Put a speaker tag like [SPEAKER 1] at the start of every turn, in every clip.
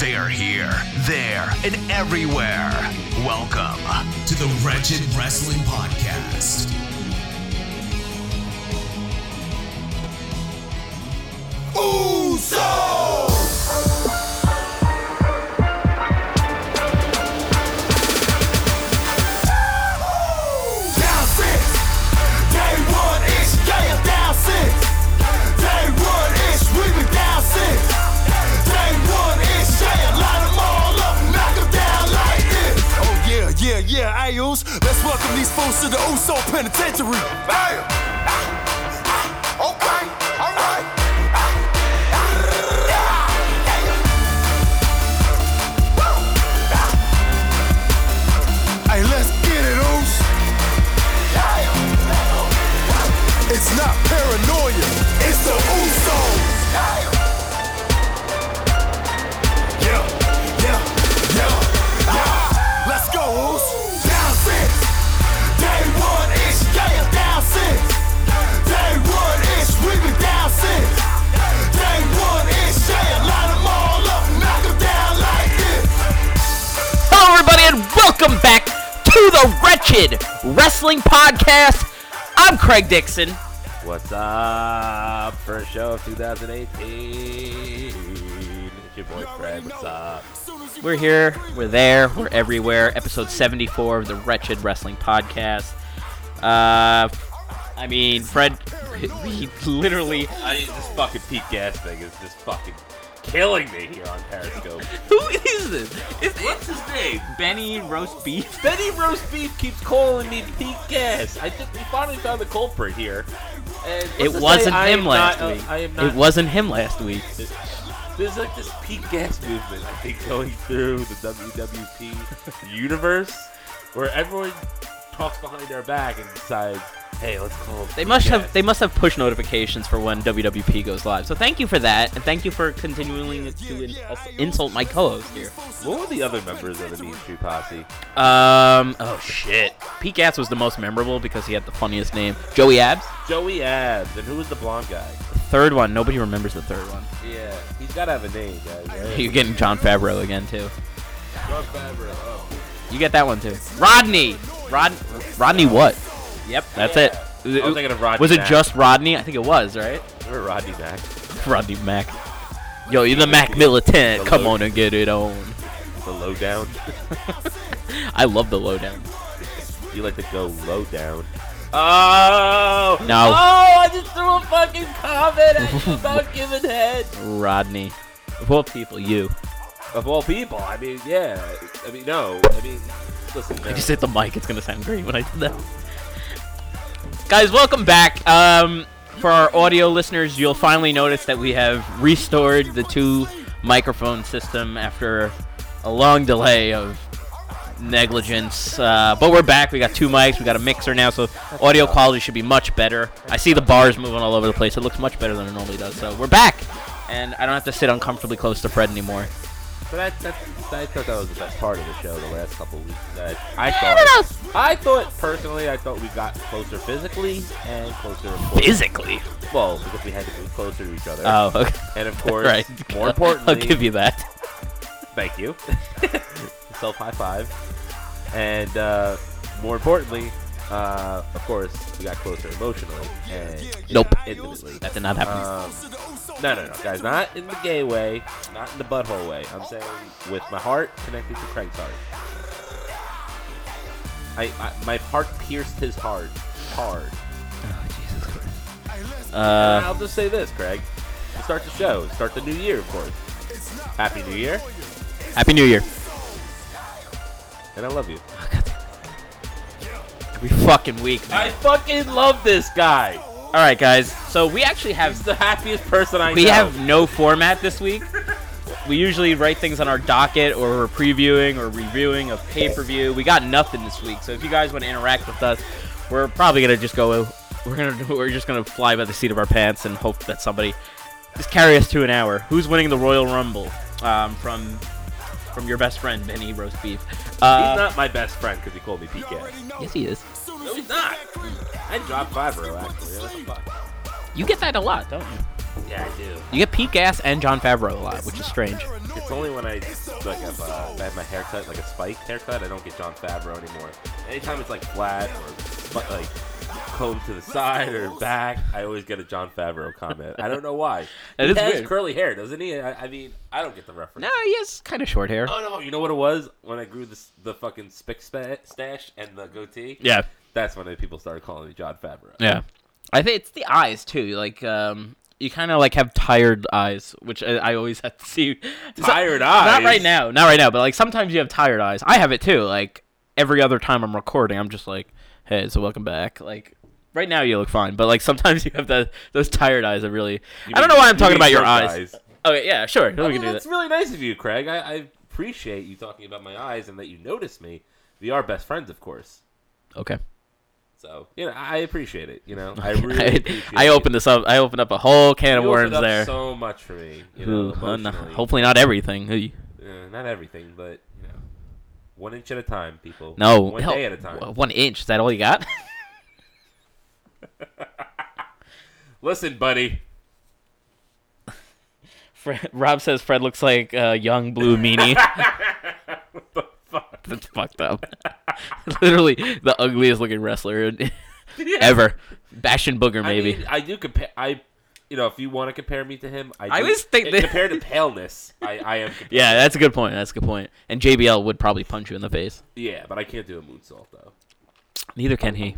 [SPEAKER 1] They are here, there, and everywhere. Welcome to the Wretched Wrestling Podcast.
[SPEAKER 2] Down six. Day one is yeah, down six. Day one is we been down six. Day one is yeah, light 'em all up, knock 'em down like this. Oh yeah, yeah, yeah, Ayos. Let's welcome these fools to the Uso Penitentiary. Bam. Ah, Okay, alright. Hey, let's get it, Oos. It's not paranoia, it's the Usos. Yeah, yeah, yeah, yeah. Let's go, Us. Down six. Day one is yeah, down six. Day one is we been down six. Day one is yeah, line 'em all up, knock 'em down like this.
[SPEAKER 3] Hello, everybody, and welcome back to the Wretched Wrestling Podcast. I'm Craig Dixon.
[SPEAKER 4] What's up? First show of 2018. It's your boy Fred. What's up?
[SPEAKER 3] We're here, we're there, we're everywhere. Episode 74 of the Wretched Wrestling Podcast. Uh, I mean, Fred, he literally.
[SPEAKER 4] I, this fucking Pete Gas thing is just fucking killing me here on Periscope.
[SPEAKER 3] Who is this? Is
[SPEAKER 4] What's his name?
[SPEAKER 3] Benny Roast Beef?
[SPEAKER 4] Benny Roast Beef keeps calling me Pete Gas. I think we finally found the culprit here. And let's just
[SPEAKER 3] It
[SPEAKER 4] say
[SPEAKER 3] wasn't
[SPEAKER 4] I am
[SPEAKER 3] him last
[SPEAKER 4] not- uh,
[SPEAKER 3] week.
[SPEAKER 4] I am
[SPEAKER 3] It
[SPEAKER 4] not
[SPEAKER 3] wasn't him last week.
[SPEAKER 4] There's like this Pete Gas movement, I think, going through the WWP universe, where everyone talks behind their back and decides, "Hey, let's call." him
[SPEAKER 3] They
[SPEAKER 4] Pete
[SPEAKER 3] must
[SPEAKER 4] Gas."
[SPEAKER 3] have they must have push notifications for when WWP goes live. So thank you for that, and thank you for continuing to in- insult my co-host here.
[SPEAKER 4] What were the other members of the Mean Street Posse?
[SPEAKER 3] Um. Oh shit. Pete Gas was the most memorable because he had the funniest name. Joey Abs.
[SPEAKER 4] Joey Abs, and who was the blonde guy?
[SPEAKER 3] Third one. Nobody remembers the third one.
[SPEAKER 4] Yeah, he's gotta have a name, guys. Right?
[SPEAKER 3] You're getting John Favreau again too.
[SPEAKER 4] John Favreau. Oh.
[SPEAKER 3] You get that one too. Rodney. Rod. Rodney what? Yep. That's it.
[SPEAKER 4] Yeah. I was thinking of Rodney
[SPEAKER 3] Was it
[SPEAKER 4] Mack.
[SPEAKER 3] just Rodney? I think it was right.
[SPEAKER 4] Remember Rodney Mack?
[SPEAKER 3] Rodney Mac. Yo, you're the Mac militant.
[SPEAKER 4] The
[SPEAKER 3] Come
[SPEAKER 4] low-
[SPEAKER 3] on and get it on.
[SPEAKER 4] The lowdown.
[SPEAKER 3] I love the lowdown.
[SPEAKER 4] You like to go low down. Oh
[SPEAKER 3] No.
[SPEAKER 4] Oh, I just threw a fucking comment at you about giving head.
[SPEAKER 3] Rodney. Of all people, you.
[SPEAKER 4] Of all people, I mean, yeah. I mean, no. I mean, listen.
[SPEAKER 3] I
[SPEAKER 4] no.
[SPEAKER 3] just hit the mic. It's gonna sound great when I do that. Guys, welcome back. Um, for our audio listeners, you'll finally notice that we have restored the two microphone system after a long delay of negligence. Uh, but we're back. We got two mics. We got a mixer now, so audio quality should be much better. I see the bars moving all over the place. It looks much better than it normally does. So we're back, and I don't have to sit uncomfortably close to Fred anymore.
[SPEAKER 4] But I, that, I thought that was the best part of the show the last couple weeks. That I
[SPEAKER 3] don't
[SPEAKER 4] thought, I thought personally, I thought we got closer physically and closer in form.
[SPEAKER 3] Physically.
[SPEAKER 4] well because we had to move closer to each other.
[SPEAKER 3] Oh, okay.
[SPEAKER 4] and of course,
[SPEAKER 3] right.
[SPEAKER 4] more importantly,
[SPEAKER 3] I'll give you that.
[SPEAKER 4] thank you, self high five, and uh, more importantly, uh, of course, we got closer emotionally and
[SPEAKER 3] Nope.
[SPEAKER 4] intimately.
[SPEAKER 3] That did not happen.
[SPEAKER 4] Um, no, no, no, guys, not in the gay way, not in the butthole way. I'm saying with my heart connected to Craig's heart. I, I my heart pierced his heart hard. And
[SPEAKER 3] uh,
[SPEAKER 4] I'll just say this, Craig. To start the show, start the new year, of course. Happy New Year,
[SPEAKER 3] Happy New Year.
[SPEAKER 4] and I love you.
[SPEAKER 3] Every fucking week. man.
[SPEAKER 4] I fucking love this guy.
[SPEAKER 3] All right, guys. So we actually have
[SPEAKER 4] He's the happiest person I
[SPEAKER 3] we
[SPEAKER 4] know.
[SPEAKER 3] have no format this week. We usually write things on our docket, or we're previewing or reviewing a pay per view. We got nothing this week, so if you guys want to interact with us, we're probably gonna just go. We're gonna we're just gonna fly by the seat of our pants and hope that somebody just carry us to an hour. Who's winning the Royal Rumble? Um, from from your best friend, Benny Roast Beef. Uh,
[SPEAKER 4] He's not my best friend because he called me Pete Gas.
[SPEAKER 3] yes, he is.
[SPEAKER 4] No, he's not. I dropped Favreau actually. What the fuck?
[SPEAKER 3] You get that a lot, don't you?
[SPEAKER 4] Yeah, I do.
[SPEAKER 3] You get Pete Gas and John Favreau a lot, which is strange.
[SPEAKER 4] It's only when I like have, uh, if I have my haircut like a spiked haircut. I don't get John Favreau anymore. Anytime it's like flat or sp- like combed to the side or back, I always get a John Favreau comment. I don't know why.
[SPEAKER 3] That
[SPEAKER 4] he
[SPEAKER 3] is
[SPEAKER 4] has
[SPEAKER 3] weird.
[SPEAKER 4] curly hair, doesn't he? I, I mean, I don't get the reference.
[SPEAKER 3] No, he has kind of short hair.
[SPEAKER 4] Oh no! You know what it was when I grew the the fucking spick spa- stash and the goatee.
[SPEAKER 3] Yeah,
[SPEAKER 4] That's when the people started calling me John Favreau.
[SPEAKER 3] yeah. I think it's the eyes too. Like, um, you kind of like have tired eyes, which I, I always have to see.
[SPEAKER 4] Tired
[SPEAKER 3] Not- Not
[SPEAKER 4] eyes?
[SPEAKER 3] right now, not right now. But like sometimes you have tired eyes. I have it too. Like every other time I'm recording, I'm just like, hey, so welcome back. Like. Right now you look fine, but like sometimes you have the, those tired eyes that really. I don't know why I'm
[SPEAKER 4] you
[SPEAKER 3] talking
[SPEAKER 4] mean
[SPEAKER 3] about your
[SPEAKER 4] broke
[SPEAKER 3] eyes.
[SPEAKER 4] eyes.
[SPEAKER 3] Okay, yeah, sure, we
[SPEAKER 4] Yeah,
[SPEAKER 3] can do that.
[SPEAKER 4] that's really nice of you, Craig. I, I appreciate you talking about my eyes and that you notice me. We are best friends, of course.
[SPEAKER 3] Okay.
[SPEAKER 4] So you know, I appreciate it. You know, I really
[SPEAKER 3] I,
[SPEAKER 4] appreciate
[SPEAKER 3] I
[SPEAKER 4] it.
[SPEAKER 3] opened this up. I opened up a whole can of
[SPEAKER 4] You opened
[SPEAKER 3] worms
[SPEAKER 4] up
[SPEAKER 3] there.
[SPEAKER 4] So much for me. You know,
[SPEAKER 3] Ooh, uh, no,
[SPEAKER 4] emotionally.
[SPEAKER 3] hopefully not everything. Ooh.
[SPEAKER 4] Uh, not everything, but you know, one inch at a time, people.
[SPEAKER 3] No,
[SPEAKER 4] one
[SPEAKER 3] hell,
[SPEAKER 4] day at a time.
[SPEAKER 3] w- One inch. Is that all you got?
[SPEAKER 4] Listen, buddy.
[SPEAKER 3] Fred, Rob says Fred looks like a young blue meanie. That's fucked up. Literally the ugliest looking wrestler ever. Bastion Booger, maybe.
[SPEAKER 4] I, mean, I do compare. I, you know, if you want to compare me to him, I, do.
[SPEAKER 3] I always think
[SPEAKER 4] And
[SPEAKER 3] that-
[SPEAKER 4] compared to paleness, I, I am. Compared,
[SPEAKER 3] yeah, that's a good point. That's a good point. And JBL would probably punch you in the face.
[SPEAKER 4] yeah, but I can't do a moonsault though.
[SPEAKER 3] Neither can he.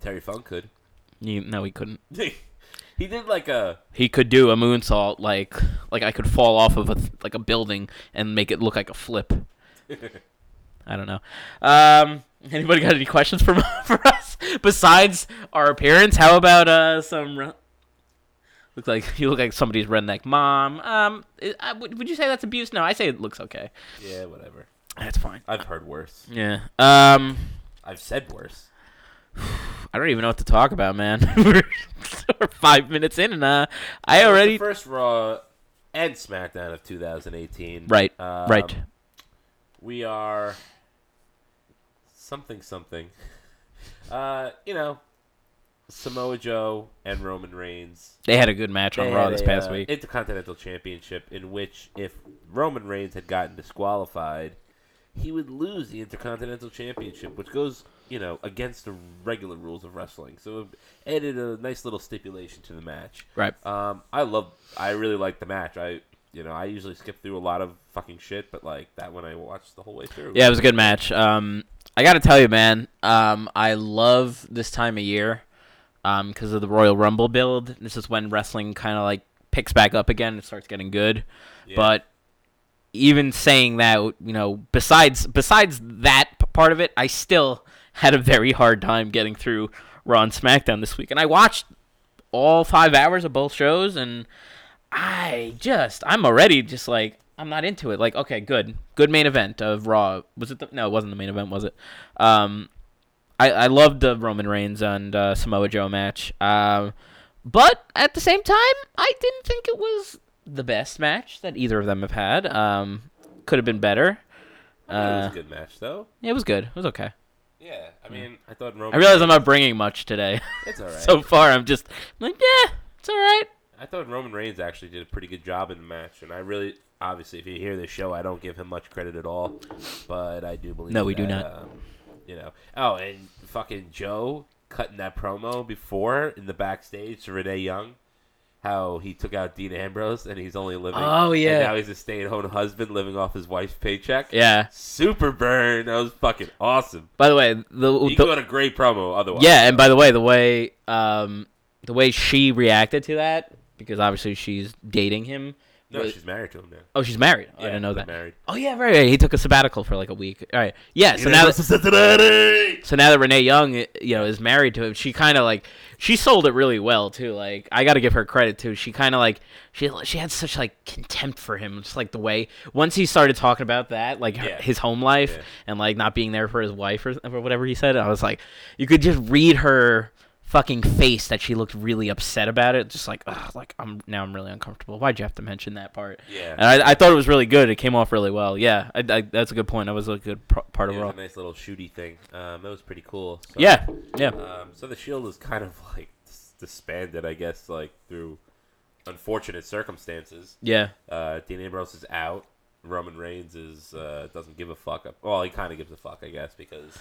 [SPEAKER 4] Terry Funk could.
[SPEAKER 3] You, no, he couldn't.
[SPEAKER 4] he did like a
[SPEAKER 3] he could do a moonsault like like I could fall off of a th- like a building and make it look like a flip. I don't know. Um, anybody got any questions for for us besides our appearance? How about uh some re- look like you look like somebody's redneck mom. Um, i- I- would would you say that's abuse? No, I say it looks okay.
[SPEAKER 4] yeah, whatever.
[SPEAKER 3] That's fine.
[SPEAKER 4] I've heard worse.
[SPEAKER 3] Yeah. Um,
[SPEAKER 4] I've said worse.
[SPEAKER 3] I don't even know what to talk about, man. we're, we're five minutes in, and uh, I
[SPEAKER 4] It was
[SPEAKER 3] already
[SPEAKER 4] the first Raw and SmackDown of 2018.
[SPEAKER 3] right,
[SPEAKER 4] Um,
[SPEAKER 3] right.
[SPEAKER 4] We are something something. Uh, you know, Samoa Joe and Roman Reigns.
[SPEAKER 3] They had a good match on
[SPEAKER 4] They
[SPEAKER 3] Raw
[SPEAKER 4] had
[SPEAKER 3] this
[SPEAKER 4] a,
[SPEAKER 3] past
[SPEAKER 4] uh,
[SPEAKER 3] week.
[SPEAKER 4] Intercontinental Championship, in which if Roman Reigns had gotten disqualified, he would lose the Intercontinental Championship, which goes, you know, against the regular rules of wrestling. So it added a nice little stipulation to the match.
[SPEAKER 3] Right.
[SPEAKER 4] Um, I love. I really like the match. I, you know, I usually skip through a lot of fucking shit, but like that one, I watched the whole way through.
[SPEAKER 3] Yeah, it was a good match. Um, I gotta tell you, man. Um, I love this time of year, um, because of the Royal Rumble build. This is when wrestling kind of like picks back up again and starts getting good. But even saying that, you know, besides besides that p- part of it, I still had a very hard time getting through Raw and SmackDown this week, and I watched all five hours of both shows, and I just I'm already just like I'm not into it. Like okay, good, good main event of Raw. Was it the no? It wasn't the main event, was it? Um, I I loved the Roman Reigns and uh, Samoa Joe match. Um, but at the same time, I didn't think it was the best match that either of them have had. Um, could have been better.
[SPEAKER 4] it
[SPEAKER 3] Uh,
[SPEAKER 4] was a good match though.
[SPEAKER 3] it was good. It was okay.
[SPEAKER 4] Yeah, I mean, I thought Roman.
[SPEAKER 3] I realize I'm not bringing much today.
[SPEAKER 4] it's all right.
[SPEAKER 3] so far, I'm just like, yeah, it's all right.
[SPEAKER 4] I thought Roman Reigns actually did a pretty good job in the match, and I really, obviously, if you hear this show, I don't give him much credit at all, but I do believe.
[SPEAKER 3] No, we do
[SPEAKER 4] that,
[SPEAKER 3] not.
[SPEAKER 4] Um, you know. Oh, and fucking Joe cutting that promo before in the backstage to Renee Young, how he took out Dean Ambrose, and he's only living.
[SPEAKER 3] Oh, yeah.
[SPEAKER 4] And now he's a stay-at-home husband living off his wife's paycheck.
[SPEAKER 3] Yeah.
[SPEAKER 4] Super burn. That was fucking awesome.
[SPEAKER 3] By the way, the,
[SPEAKER 4] He
[SPEAKER 3] the-
[SPEAKER 4] got a great promo. Otherwise,
[SPEAKER 3] yeah, and by the way, the way um the way she reacted to that because obviously she's dating him
[SPEAKER 4] No,
[SPEAKER 3] Was-
[SPEAKER 4] she's married to him now.
[SPEAKER 3] Oh, she's married. I
[SPEAKER 4] Yeah,
[SPEAKER 3] didn't know
[SPEAKER 4] they're
[SPEAKER 3] that.
[SPEAKER 4] married.
[SPEAKER 3] Oh yeah, right, right. He took a sabbatical for like a week. All right. Yeah. So now, that, so now that Renee Young, eh, you know, is married to him, she kind of like she sold it really well too. Like I got to give her credit too. She kind of like she she had such like contempt for him, just like the way once he started talking about that, like her-
[SPEAKER 4] Yeah.
[SPEAKER 3] his home life
[SPEAKER 4] Yeah.
[SPEAKER 3] and like not being there for his wife or, or whatever he said. I was like, you could just read her fucking face that she looked really upset about it just like ugh, like i'm now i'm really uncomfortable why'd you have to mention that part
[SPEAKER 4] Yeah.
[SPEAKER 3] and I, I thought it was really good. It came off really well. Yeah, I, I- that's a good point. That was a good pro- part
[SPEAKER 4] It
[SPEAKER 3] of
[SPEAKER 4] was
[SPEAKER 3] Raw.
[SPEAKER 4] a nice little shooty thing. Um, that was pretty cool. So,
[SPEAKER 3] Yeah, yeah,
[SPEAKER 4] Um, so the shield is kind of like dis- disbanded, I guess, like through unfortunate circumstances.
[SPEAKER 3] yeah,
[SPEAKER 4] Uh, Dean Ambrose is out. Roman Reigns is uh, doesn't give a fuck. Up. Well, he kind of gives a fuck, I guess, because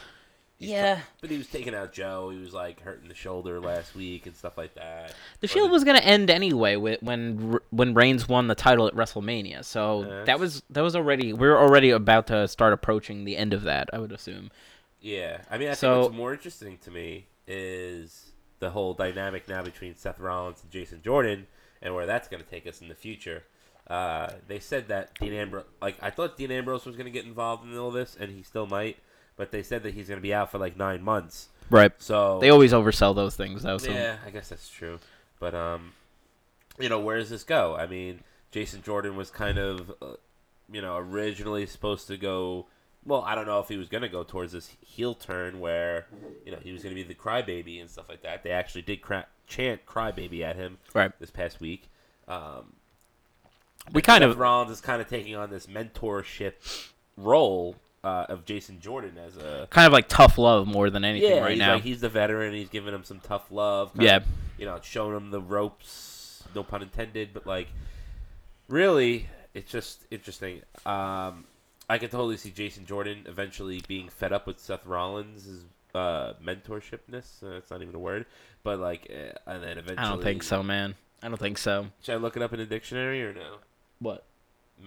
[SPEAKER 3] yeah.
[SPEAKER 4] but he was taking out Joe. He was like hurting the shoulder last week and stuff like that.
[SPEAKER 3] The Shield was gonna end anyway wi- when R- when Reigns won the title at WrestleMania. So that was that was already we were already about to start approaching the end of that. I would assume.
[SPEAKER 4] Yeah, I mean, I
[SPEAKER 3] So-
[SPEAKER 4] think what's more interesting to me is the whole dynamic now between Seth Rollins and Jason Jordan, and where that's going to take us in the future. Uh, they said that Dean Ambrose, like I thought Dean Ambrose was going to get involved in all this, and he still might, but they said that he's going to be out for like nine months.
[SPEAKER 3] Right.
[SPEAKER 4] So
[SPEAKER 3] They always oversell those things though. So
[SPEAKER 4] yeah, I guess that's true. But um, you know, where does this go? I mean, Jason Jordan was kind of, uh, you know, originally supposed to go. Well, I don't know if he was going to go towards this heel turn where, you know, he was going to be the crybaby and stuff like that. They actually did cra- chant crybaby at him
[SPEAKER 3] Right.
[SPEAKER 4] this past week. Um,
[SPEAKER 3] we kind
[SPEAKER 4] Seth
[SPEAKER 3] of
[SPEAKER 4] Rollins is kind of taking on this mentorship role uh, of Jason Jordan as a
[SPEAKER 3] kind of like tough love more than anything right
[SPEAKER 4] he's
[SPEAKER 3] now.
[SPEAKER 4] Like, he's the veteran. He's giving him some tough love.
[SPEAKER 3] Yeah.
[SPEAKER 4] of, you know, showing him the ropes. No pun intended, but like, really, it's just interesting. Um, I can totally see Jason Jordan eventually being fed up with Seth Rollins' uh, mentorshipness. Uh, it's not even a word, but like, eh, and then eventually,
[SPEAKER 3] I don't think so, man. I don't think so.
[SPEAKER 4] Should I look it up in the dictionary or no?
[SPEAKER 3] What?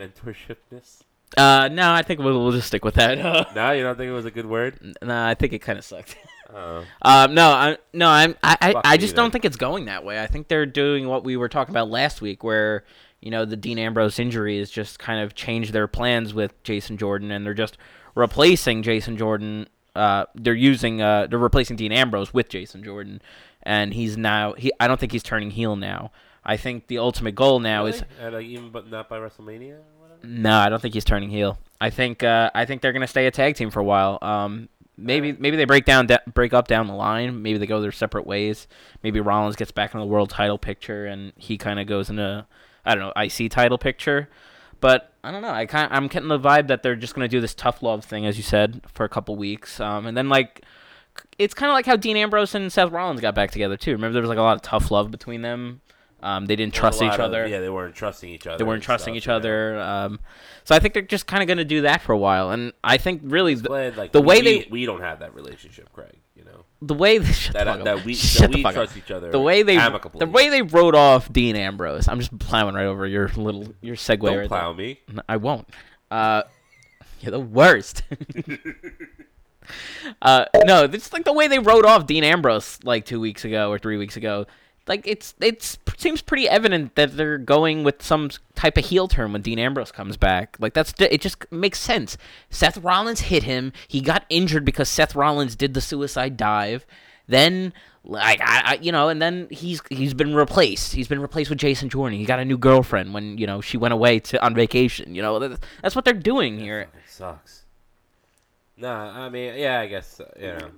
[SPEAKER 4] Mentorshipness?
[SPEAKER 3] Uh, no, I think we'll, we'll just stick with that.
[SPEAKER 4] No, you don't think it was a good word?
[SPEAKER 3] no, I think it kind of sucked.
[SPEAKER 4] Oh,
[SPEAKER 3] Um, no, I, no, I'm, I, I,
[SPEAKER 4] Fuck
[SPEAKER 3] I
[SPEAKER 4] me
[SPEAKER 3] just
[SPEAKER 4] then.
[SPEAKER 3] don't think it's going that way. I think they're doing what we were talking about last week, where you know the Dean Ambrose injury has just kind of changed their plans with Jason Jordan, and they're just replacing Jason Jordan. Uh, they're using, uh, they're replacing Dean Ambrose with Jason Jordan, and he's now he. I don't think he's turning heel now. I think the ultimate goal now is
[SPEAKER 4] Really? And, like, even but not by WrestleMania. Or whatever?
[SPEAKER 3] no, I don't think he's turning heel. I think uh, I think they're gonna stay a tag team for a while. Um, maybe maybe they break down da- break up down the line. Maybe they go their separate ways. Maybe Rollins gets back into the world title picture and he kind of goes into I don't know IC title picture. But I don't know. I kind I'm getting the vibe that they're just gonna do this tough love thing as you said for a couple weeks. Um, and then like it's kind of like how Dean Ambrose and Seth Rollins got back together too. Remember there was like a lot of tough love between them. Um, they didn't trust
[SPEAKER 4] A
[SPEAKER 3] each
[SPEAKER 4] lot of-
[SPEAKER 3] other
[SPEAKER 4] Yeah, they weren't trusting each other.
[SPEAKER 3] they weren't
[SPEAKER 4] and
[SPEAKER 3] trusting
[SPEAKER 4] stuff,
[SPEAKER 3] each
[SPEAKER 4] you know?
[SPEAKER 3] other. Um, so I think they're just kind of going to do that for a while. And I think really the,
[SPEAKER 4] Glad, like,
[SPEAKER 3] the way
[SPEAKER 4] we,
[SPEAKER 3] they
[SPEAKER 4] we don't have that relationship, Craig. You know
[SPEAKER 3] the way they, shut
[SPEAKER 4] that
[SPEAKER 3] the fuck
[SPEAKER 4] that
[SPEAKER 3] up.
[SPEAKER 4] we
[SPEAKER 3] Shut
[SPEAKER 4] that
[SPEAKER 3] the
[SPEAKER 4] we
[SPEAKER 3] fuck
[SPEAKER 4] trust
[SPEAKER 3] up.
[SPEAKER 4] each other.
[SPEAKER 3] The way they
[SPEAKER 4] amicably.
[SPEAKER 3] the way they wrote off Dean Ambrose. I'm just plowing right over your little your segue.
[SPEAKER 4] don't
[SPEAKER 3] right
[SPEAKER 4] plow me.
[SPEAKER 3] there. No, I won't. Uh, you're the worst. uh, no, it's like the way they wrote off Dean Ambrose like two weeks ago or three weeks ago. Like it's it's seems pretty evident that they're going with some s- type of heel turn when Dean Ambrose comes back. Like that's it just makes sense. Seth Rollins hit him. He got injured because Seth Rollins did the suicide dive. Then like I, I you know, and then he's he's been replaced. He's been replaced with Jason Jordan. He got a new girlfriend when you know she went away to on vacation. You know That's- that's what they're doing here.
[SPEAKER 4] It sucks. Nah, I mean, yeah, I guess uh, you know.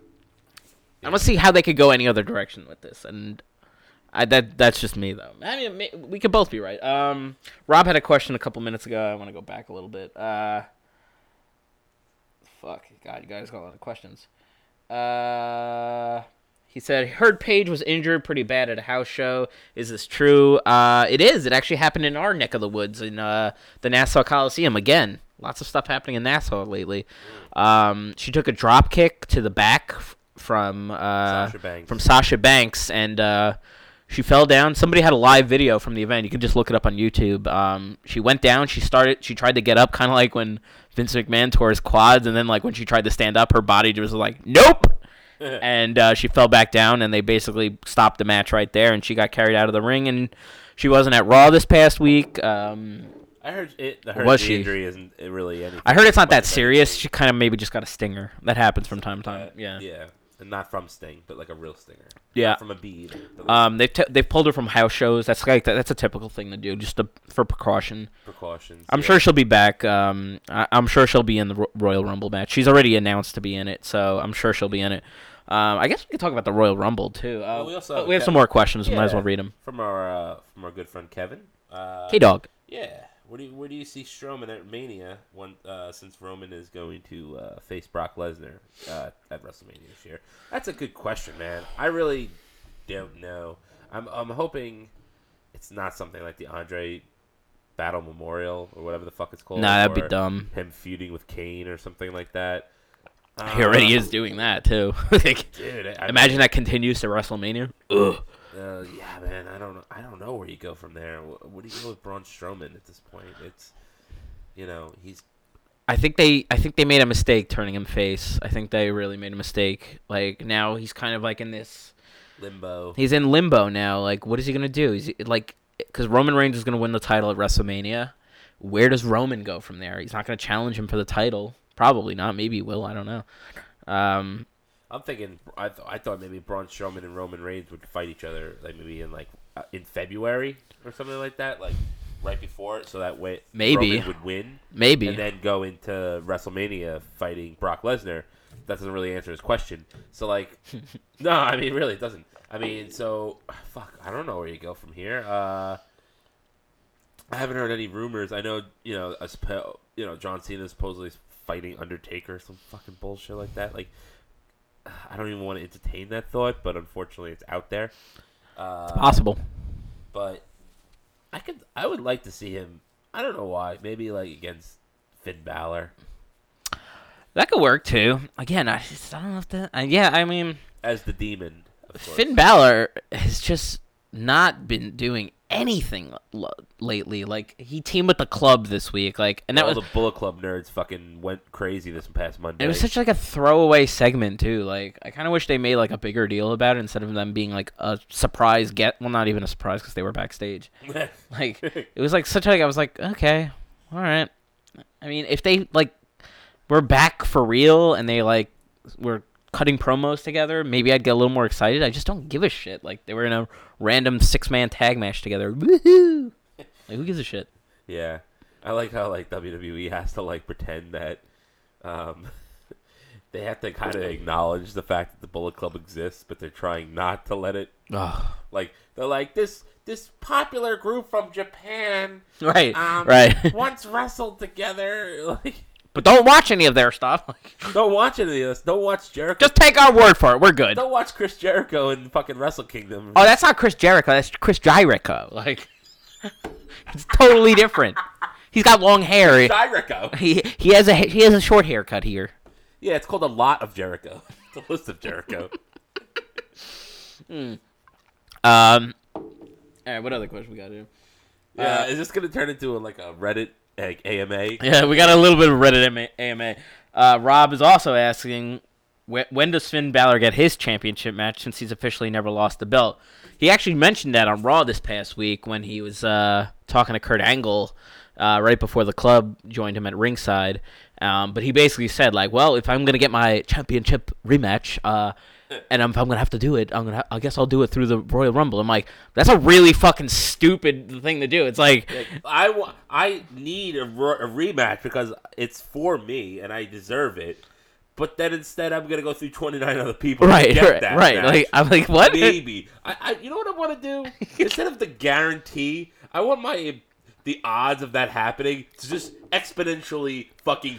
[SPEAKER 3] I don't see how they could go any other direction with this, and I, that that's just me though. I mean, may- we could both be right. Um, Rob had a question a couple minutes ago. I want to go back a little bit. Uh, fuck, God, you guys got a lot of questions. Uh, he said Heard Page was injured pretty bad at a house show. Is this true? Uh, it is. It actually happened in our neck of the woods in uh, the Nassau Coliseum again. Lots of stuff happening in Nassau lately. Um, she took a drop kick to the back f- from uh,
[SPEAKER 4] Sasha Banks.
[SPEAKER 3] from Sasha Banks, and uh, she fell down. Somebody had a live video from the event. You can just look it up on YouTube. Um, she went down. She started. She tried to get up, kind of like when Vince McMahon tore his quads, and then like when she tried to stand up, her body just was like, "Nope." and uh, she fell back down, and they basically stopped the match right there, and she got carried out of the ring, and she wasn't at Raw this past week. Um,
[SPEAKER 4] I heard it. The, hurt,
[SPEAKER 3] Was
[SPEAKER 4] the
[SPEAKER 3] she?
[SPEAKER 4] injury isn't really anything.
[SPEAKER 3] I heard it's not that
[SPEAKER 4] much, but-
[SPEAKER 3] serious. She kind of maybe just got a stinger. That happens from time to time. Yeah.
[SPEAKER 4] Uh, Yeah. And not from Sting, but like a real stinger.
[SPEAKER 3] Yeah.
[SPEAKER 4] Not from a bee. either, but like
[SPEAKER 3] Um, they've t- they've pulled her from house shows. That's like that's a typical thing to do, just to, for precaution.
[SPEAKER 4] precautions.
[SPEAKER 3] I'm
[SPEAKER 4] yeah.
[SPEAKER 3] sure she'll be back. Um, I- I'm sure she'll be in the Ro- Royal Rumble match. She's already announced to be in it, so I'm sure she'll be in it. Um, I guess we could talk about the Royal Rumble too. Uh,
[SPEAKER 4] we
[SPEAKER 3] we,
[SPEAKER 4] also have
[SPEAKER 3] have some
[SPEAKER 4] Kevin.
[SPEAKER 3] more questions. We might as well
[SPEAKER 4] Yeah.
[SPEAKER 3] read them.
[SPEAKER 4] from our uh, from our good friend Kevin. Uh,
[SPEAKER 3] Hey, dog.
[SPEAKER 4] yeah. Where do you, where do you see Strowman at Mania? One uh, since Roman is going to uh, face Brock Lesnar uh, at WrestleMania this year. That's a good question, man. I really don't know. I'm I'm hoping it's not something like the Andre Battle Memorial or whatever the fuck it's called.
[SPEAKER 3] Nah, that'd be
[SPEAKER 4] or
[SPEAKER 3] dumb.
[SPEAKER 4] Him feuding with Kane or something like that.
[SPEAKER 3] He already
[SPEAKER 4] Uh,
[SPEAKER 3] is doing that too. Like,
[SPEAKER 4] Dude, I, I-
[SPEAKER 3] imagine that continues to WrestleMania. Ugh.
[SPEAKER 4] Uh, yeah, man, I don't know. I don't know where you go from there. Wh- What do you go with Braun Strowman at this point? It's, you know, he's
[SPEAKER 3] I think they I think they made a mistake turning him face. I think they really made a mistake. Like now he's kind of like in this
[SPEAKER 4] limbo.
[SPEAKER 3] he's in limbo now. Like what is he going to do? Is he, like cuz Roman Reigns is going to win the title at WrestleMania. Where does Roman go from there? He's not going to challenge him for the title. Probably not. Maybe he will. I don't know. Um
[SPEAKER 4] I'm thinking. I, th- I thought maybe Braun Strowman and Roman Reigns would fight each other, like maybe in like uh, in February or something like that, like right before it, so that way
[SPEAKER 3] Maybe.
[SPEAKER 4] Roman would win,
[SPEAKER 3] maybe.
[SPEAKER 4] and then go into WrestleMania fighting Brock Lesnar. That doesn't really answer his question. So like, no, I mean really, it doesn't. I mean, so fuck, I don't know where you go from here. Uh, I haven't heard any rumors. I know, you know, a sp- you know, John Cena supposedly is fighting Undertaker or some fucking bullshit like that. Like, I don't even want to entertain that thought, but unfortunately, it's out there.
[SPEAKER 3] Possible.
[SPEAKER 4] But I could, I would like to see him. I don't know why. Maybe like against Finn Balor
[SPEAKER 3] That could work too. Again, I, just, I don't know if that. I, yeah, I mean,
[SPEAKER 4] as the demon. Of course.
[SPEAKER 3] Finn Balor has just not been doing anything l- lately. Like he teamed with the club this week, like, and that
[SPEAKER 4] all
[SPEAKER 3] was
[SPEAKER 4] the Bullet Club nerds fucking went crazy this past Monday.
[SPEAKER 3] it was such like a throwaway segment too. Like I kind of wish they made like a bigger deal about it instead of them being like a surprise get. Well, not even a surprise because they were backstage. Like it was like such like I was like okay, all right. I mean, if they like were back for real and they like were cutting promos together, maybe I'd get a little more excited. I just don't give a shit. Like they were in a random six man tag match together. Woohoo! Like who gives a shit?
[SPEAKER 4] yeah, I like how like WWE has to like pretend that um, they have to kind of acknowledge the fact that the Bullet Club exists, but they're trying not to let it. Like they're like this this popular group from Japan.
[SPEAKER 3] Right,
[SPEAKER 4] Um,
[SPEAKER 3] right.
[SPEAKER 4] once wrestled together, like
[SPEAKER 3] but don't watch any of their stuff. Like,
[SPEAKER 4] don't watch any of this. Don't watch Jericho.
[SPEAKER 3] just take our word for it. We're good.
[SPEAKER 4] don't watch Chris Jericho and fucking Wrestle Kingdom.
[SPEAKER 3] Oh, that's not Chris Jericho. That's Chris Jericho. Like it's totally different. He's got long hair.
[SPEAKER 4] Jericho.
[SPEAKER 3] He he has a he has a short haircut here.
[SPEAKER 4] Yeah, it's called a lot of Jericho. It's a list of Jericho. Uh,
[SPEAKER 3] Um. All right, what other question we got here?
[SPEAKER 4] Yeah, is this gonna turn into a, like a Reddit like AMA?
[SPEAKER 3] Yeah, we got a little bit of Reddit AMA- AMA. Uh, Rob is also asking, wh- when does Finn Balor get his championship match since he's officially never lost the belt? He actually mentioned that on Raw this past week when he was uh, talking to Kurt Angle uh, right before the club joined him at ringside. Um, but he basically said, like, well, if I'm going to get my championship rematch, uh, and I'm, if I'm gonna have to do it. I'm gonna. I guess I'll do it through the Royal Rumble. I'm like, that's a really fucking stupid thing to do. It's like,
[SPEAKER 4] I wa- I need a, ro- a rematch because it's for me and I deserve it. But then instead, I'm gonna go through 29 other people. to
[SPEAKER 3] right,
[SPEAKER 4] get
[SPEAKER 3] right,
[SPEAKER 4] that
[SPEAKER 3] right.
[SPEAKER 4] match.
[SPEAKER 3] Like, I'm like, what?
[SPEAKER 4] maybe. I, I, you know what I want to do? Instead of the guarantee, I want my the odds of that happening to just exponentially fucking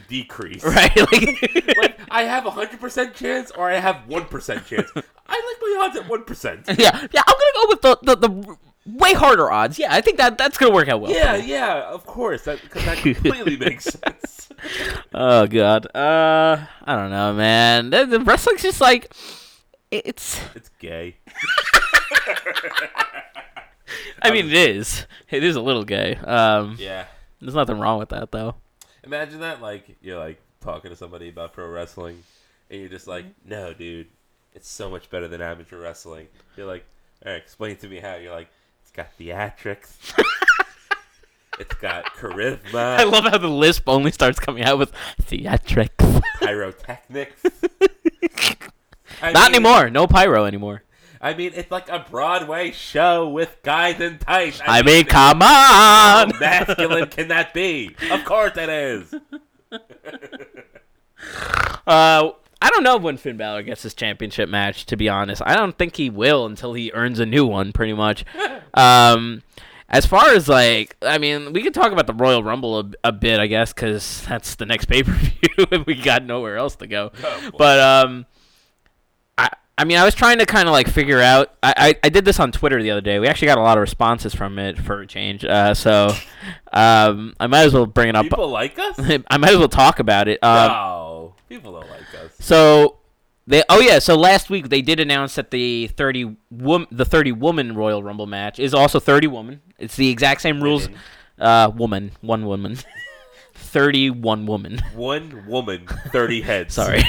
[SPEAKER 4] decrease.
[SPEAKER 3] Right? Like,
[SPEAKER 4] Like I have a hundred percent chance, or I have one percent chance. I like my odds at one percent.
[SPEAKER 3] yeah, yeah. I'm gonna go with the, the the way harder odds. Yeah, I think that that's gonna work out well.
[SPEAKER 4] Yeah, yeah, of course. That, 'cause that completely makes sense.
[SPEAKER 3] Oh god. Uh, I don't know, man. The, the wrestling's just like it- it's.
[SPEAKER 4] It's gay.
[SPEAKER 3] I mean, it is. It is a little gay. Um,
[SPEAKER 4] Yeah.
[SPEAKER 3] there's nothing wrong with that though. Mm-hmm.
[SPEAKER 4] Imagine that. Like you're like talking to somebody about pro wrestling, and you're just like, "No, dude, It's so much better than amateur wrestling. You're like, all right, explain to me how. You're like, it's got theatrics. it's got charisma.
[SPEAKER 3] I love how the lisp only starts coming out with theatrics.
[SPEAKER 4] pyrotechnics. I
[SPEAKER 3] Not
[SPEAKER 4] mean,
[SPEAKER 3] anymore. No pyro anymore.
[SPEAKER 4] I mean, it's like a Broadway show with guys in tights.
[SPEAKER 3] I mean, come on.
[SPEAKER 4] how masculine can that be? Of course it is.
[SPEAKER 3] Uh, I don't know when Finn Balor gets his championship match. To be honest, I don't think he will until he earns a new one. Pretty much. um, as far as like, I mean, we could talk about the Royal Rumble a, a bit, I guess, because that's the next pay per view, and we got nowhere else to go. but um, I, I mean, I was trying to kind of like figure out. I, I, I did this on Twitter the other day. We actually got a lot of responses from it for a change. Uh, so, um, I might as well bring it up.
[SPEAKER 4] People like us?
[SPEAKER 3] I might as well talk about it. Um,
[SPEAKER 4] No, people don't like us.
[SPEAKER 3] so they oh yeah, so last week they did announce that the 30 wom- the 30 woman Royal Rumble match is also 30 woman. It's the exact same rules
[SPEAKER 4] Women.
[SPEAKER 3] uh woman, one woman. 31 woman.
[SPEAKER 4] One woman, thirty heads.
[SPEAKER 3] Sorry.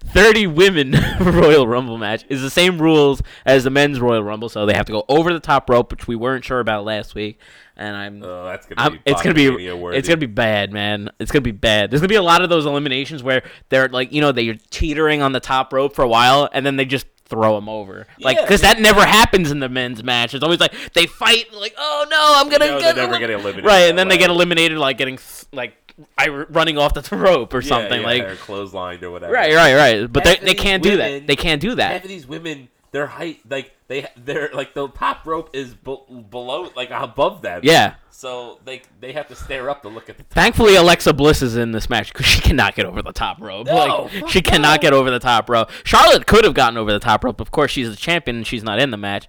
[SPEAKER 3] 30 women Royal Rumble match is the same rules as the men's Royal Rumble, so they have to go over the top rope, which we weren't sure about last week, and I'm
[SPEAKER 4] Oh, that's gonna
[SPEAKER 3] I'm,
[SPEAKER 4] be.
[SPEAKER 3] it's gonna be
[SPEAKER 4] Bottomania worthy.
[SPEAKER 3] it's gonna be bad, man. It's gonna be bad. There's gonna be a lot of those eliminations where they're like, you know, they're teetering on the top rope for a while, and then they just throw them over, like
[SPEAKER 4] Yeah,
[SPEAKER 3] because that never happens in the men's match. It's always like they fight, like, oh no, I'm gonna.
[SPEAKER 4] know
[SPEAKER 3] get
[SPEAKER 4] they're never
[SPEAKER 3] elim-"
[SPEAKER 4] gonna eliminate
[SPEAKER 3] Right,
[SPEAKER 4] that
[SPEAKER 3] and then they
[SPEAKER 4] way.
[SPEAKER 3] get eliminated, like getting th- like I running off the rope or
[SPEAKER 4] Yeah,
[SPEAKER 3] something,
[SPEAKER 4] yeah,
[SPEAKER 3] like
[SPEAKER 4] or clotheslined or whatever.
[SPEAKER 3] right, right, right. But they,
[SPEAKER 4] Half of
[SPEAKER 3] they
[SPEAKER 4] these
[SPEAKER 3] can't do that.
[SPEAKER 4] women-
[SPEAKER 3] They can't do
[SPEAKER 4] Half
[SPEAKER 3] that.
[SPEAKER 4] of these women, their height, like they, they're like the top rope is b- below, like above them.
[SPEAKER 3] Yeah.
[SPEAKER 4] So they they have to stare up to look at the top.
[SPEAKER 3] Thankfully, Alexa Bliss is in this match because she cannot get over the top rope.
[SPEAKER 4] No,
[SPEAKER 3] like
[SPEAKER 4] fuck
[SPEAKER 3] she cannot
[SPEAKER 4] no.
[SPEAKER 3] get over the top rope. Charlotte could have gotten over the top rope. Of course, she's the champion and she's not in the match.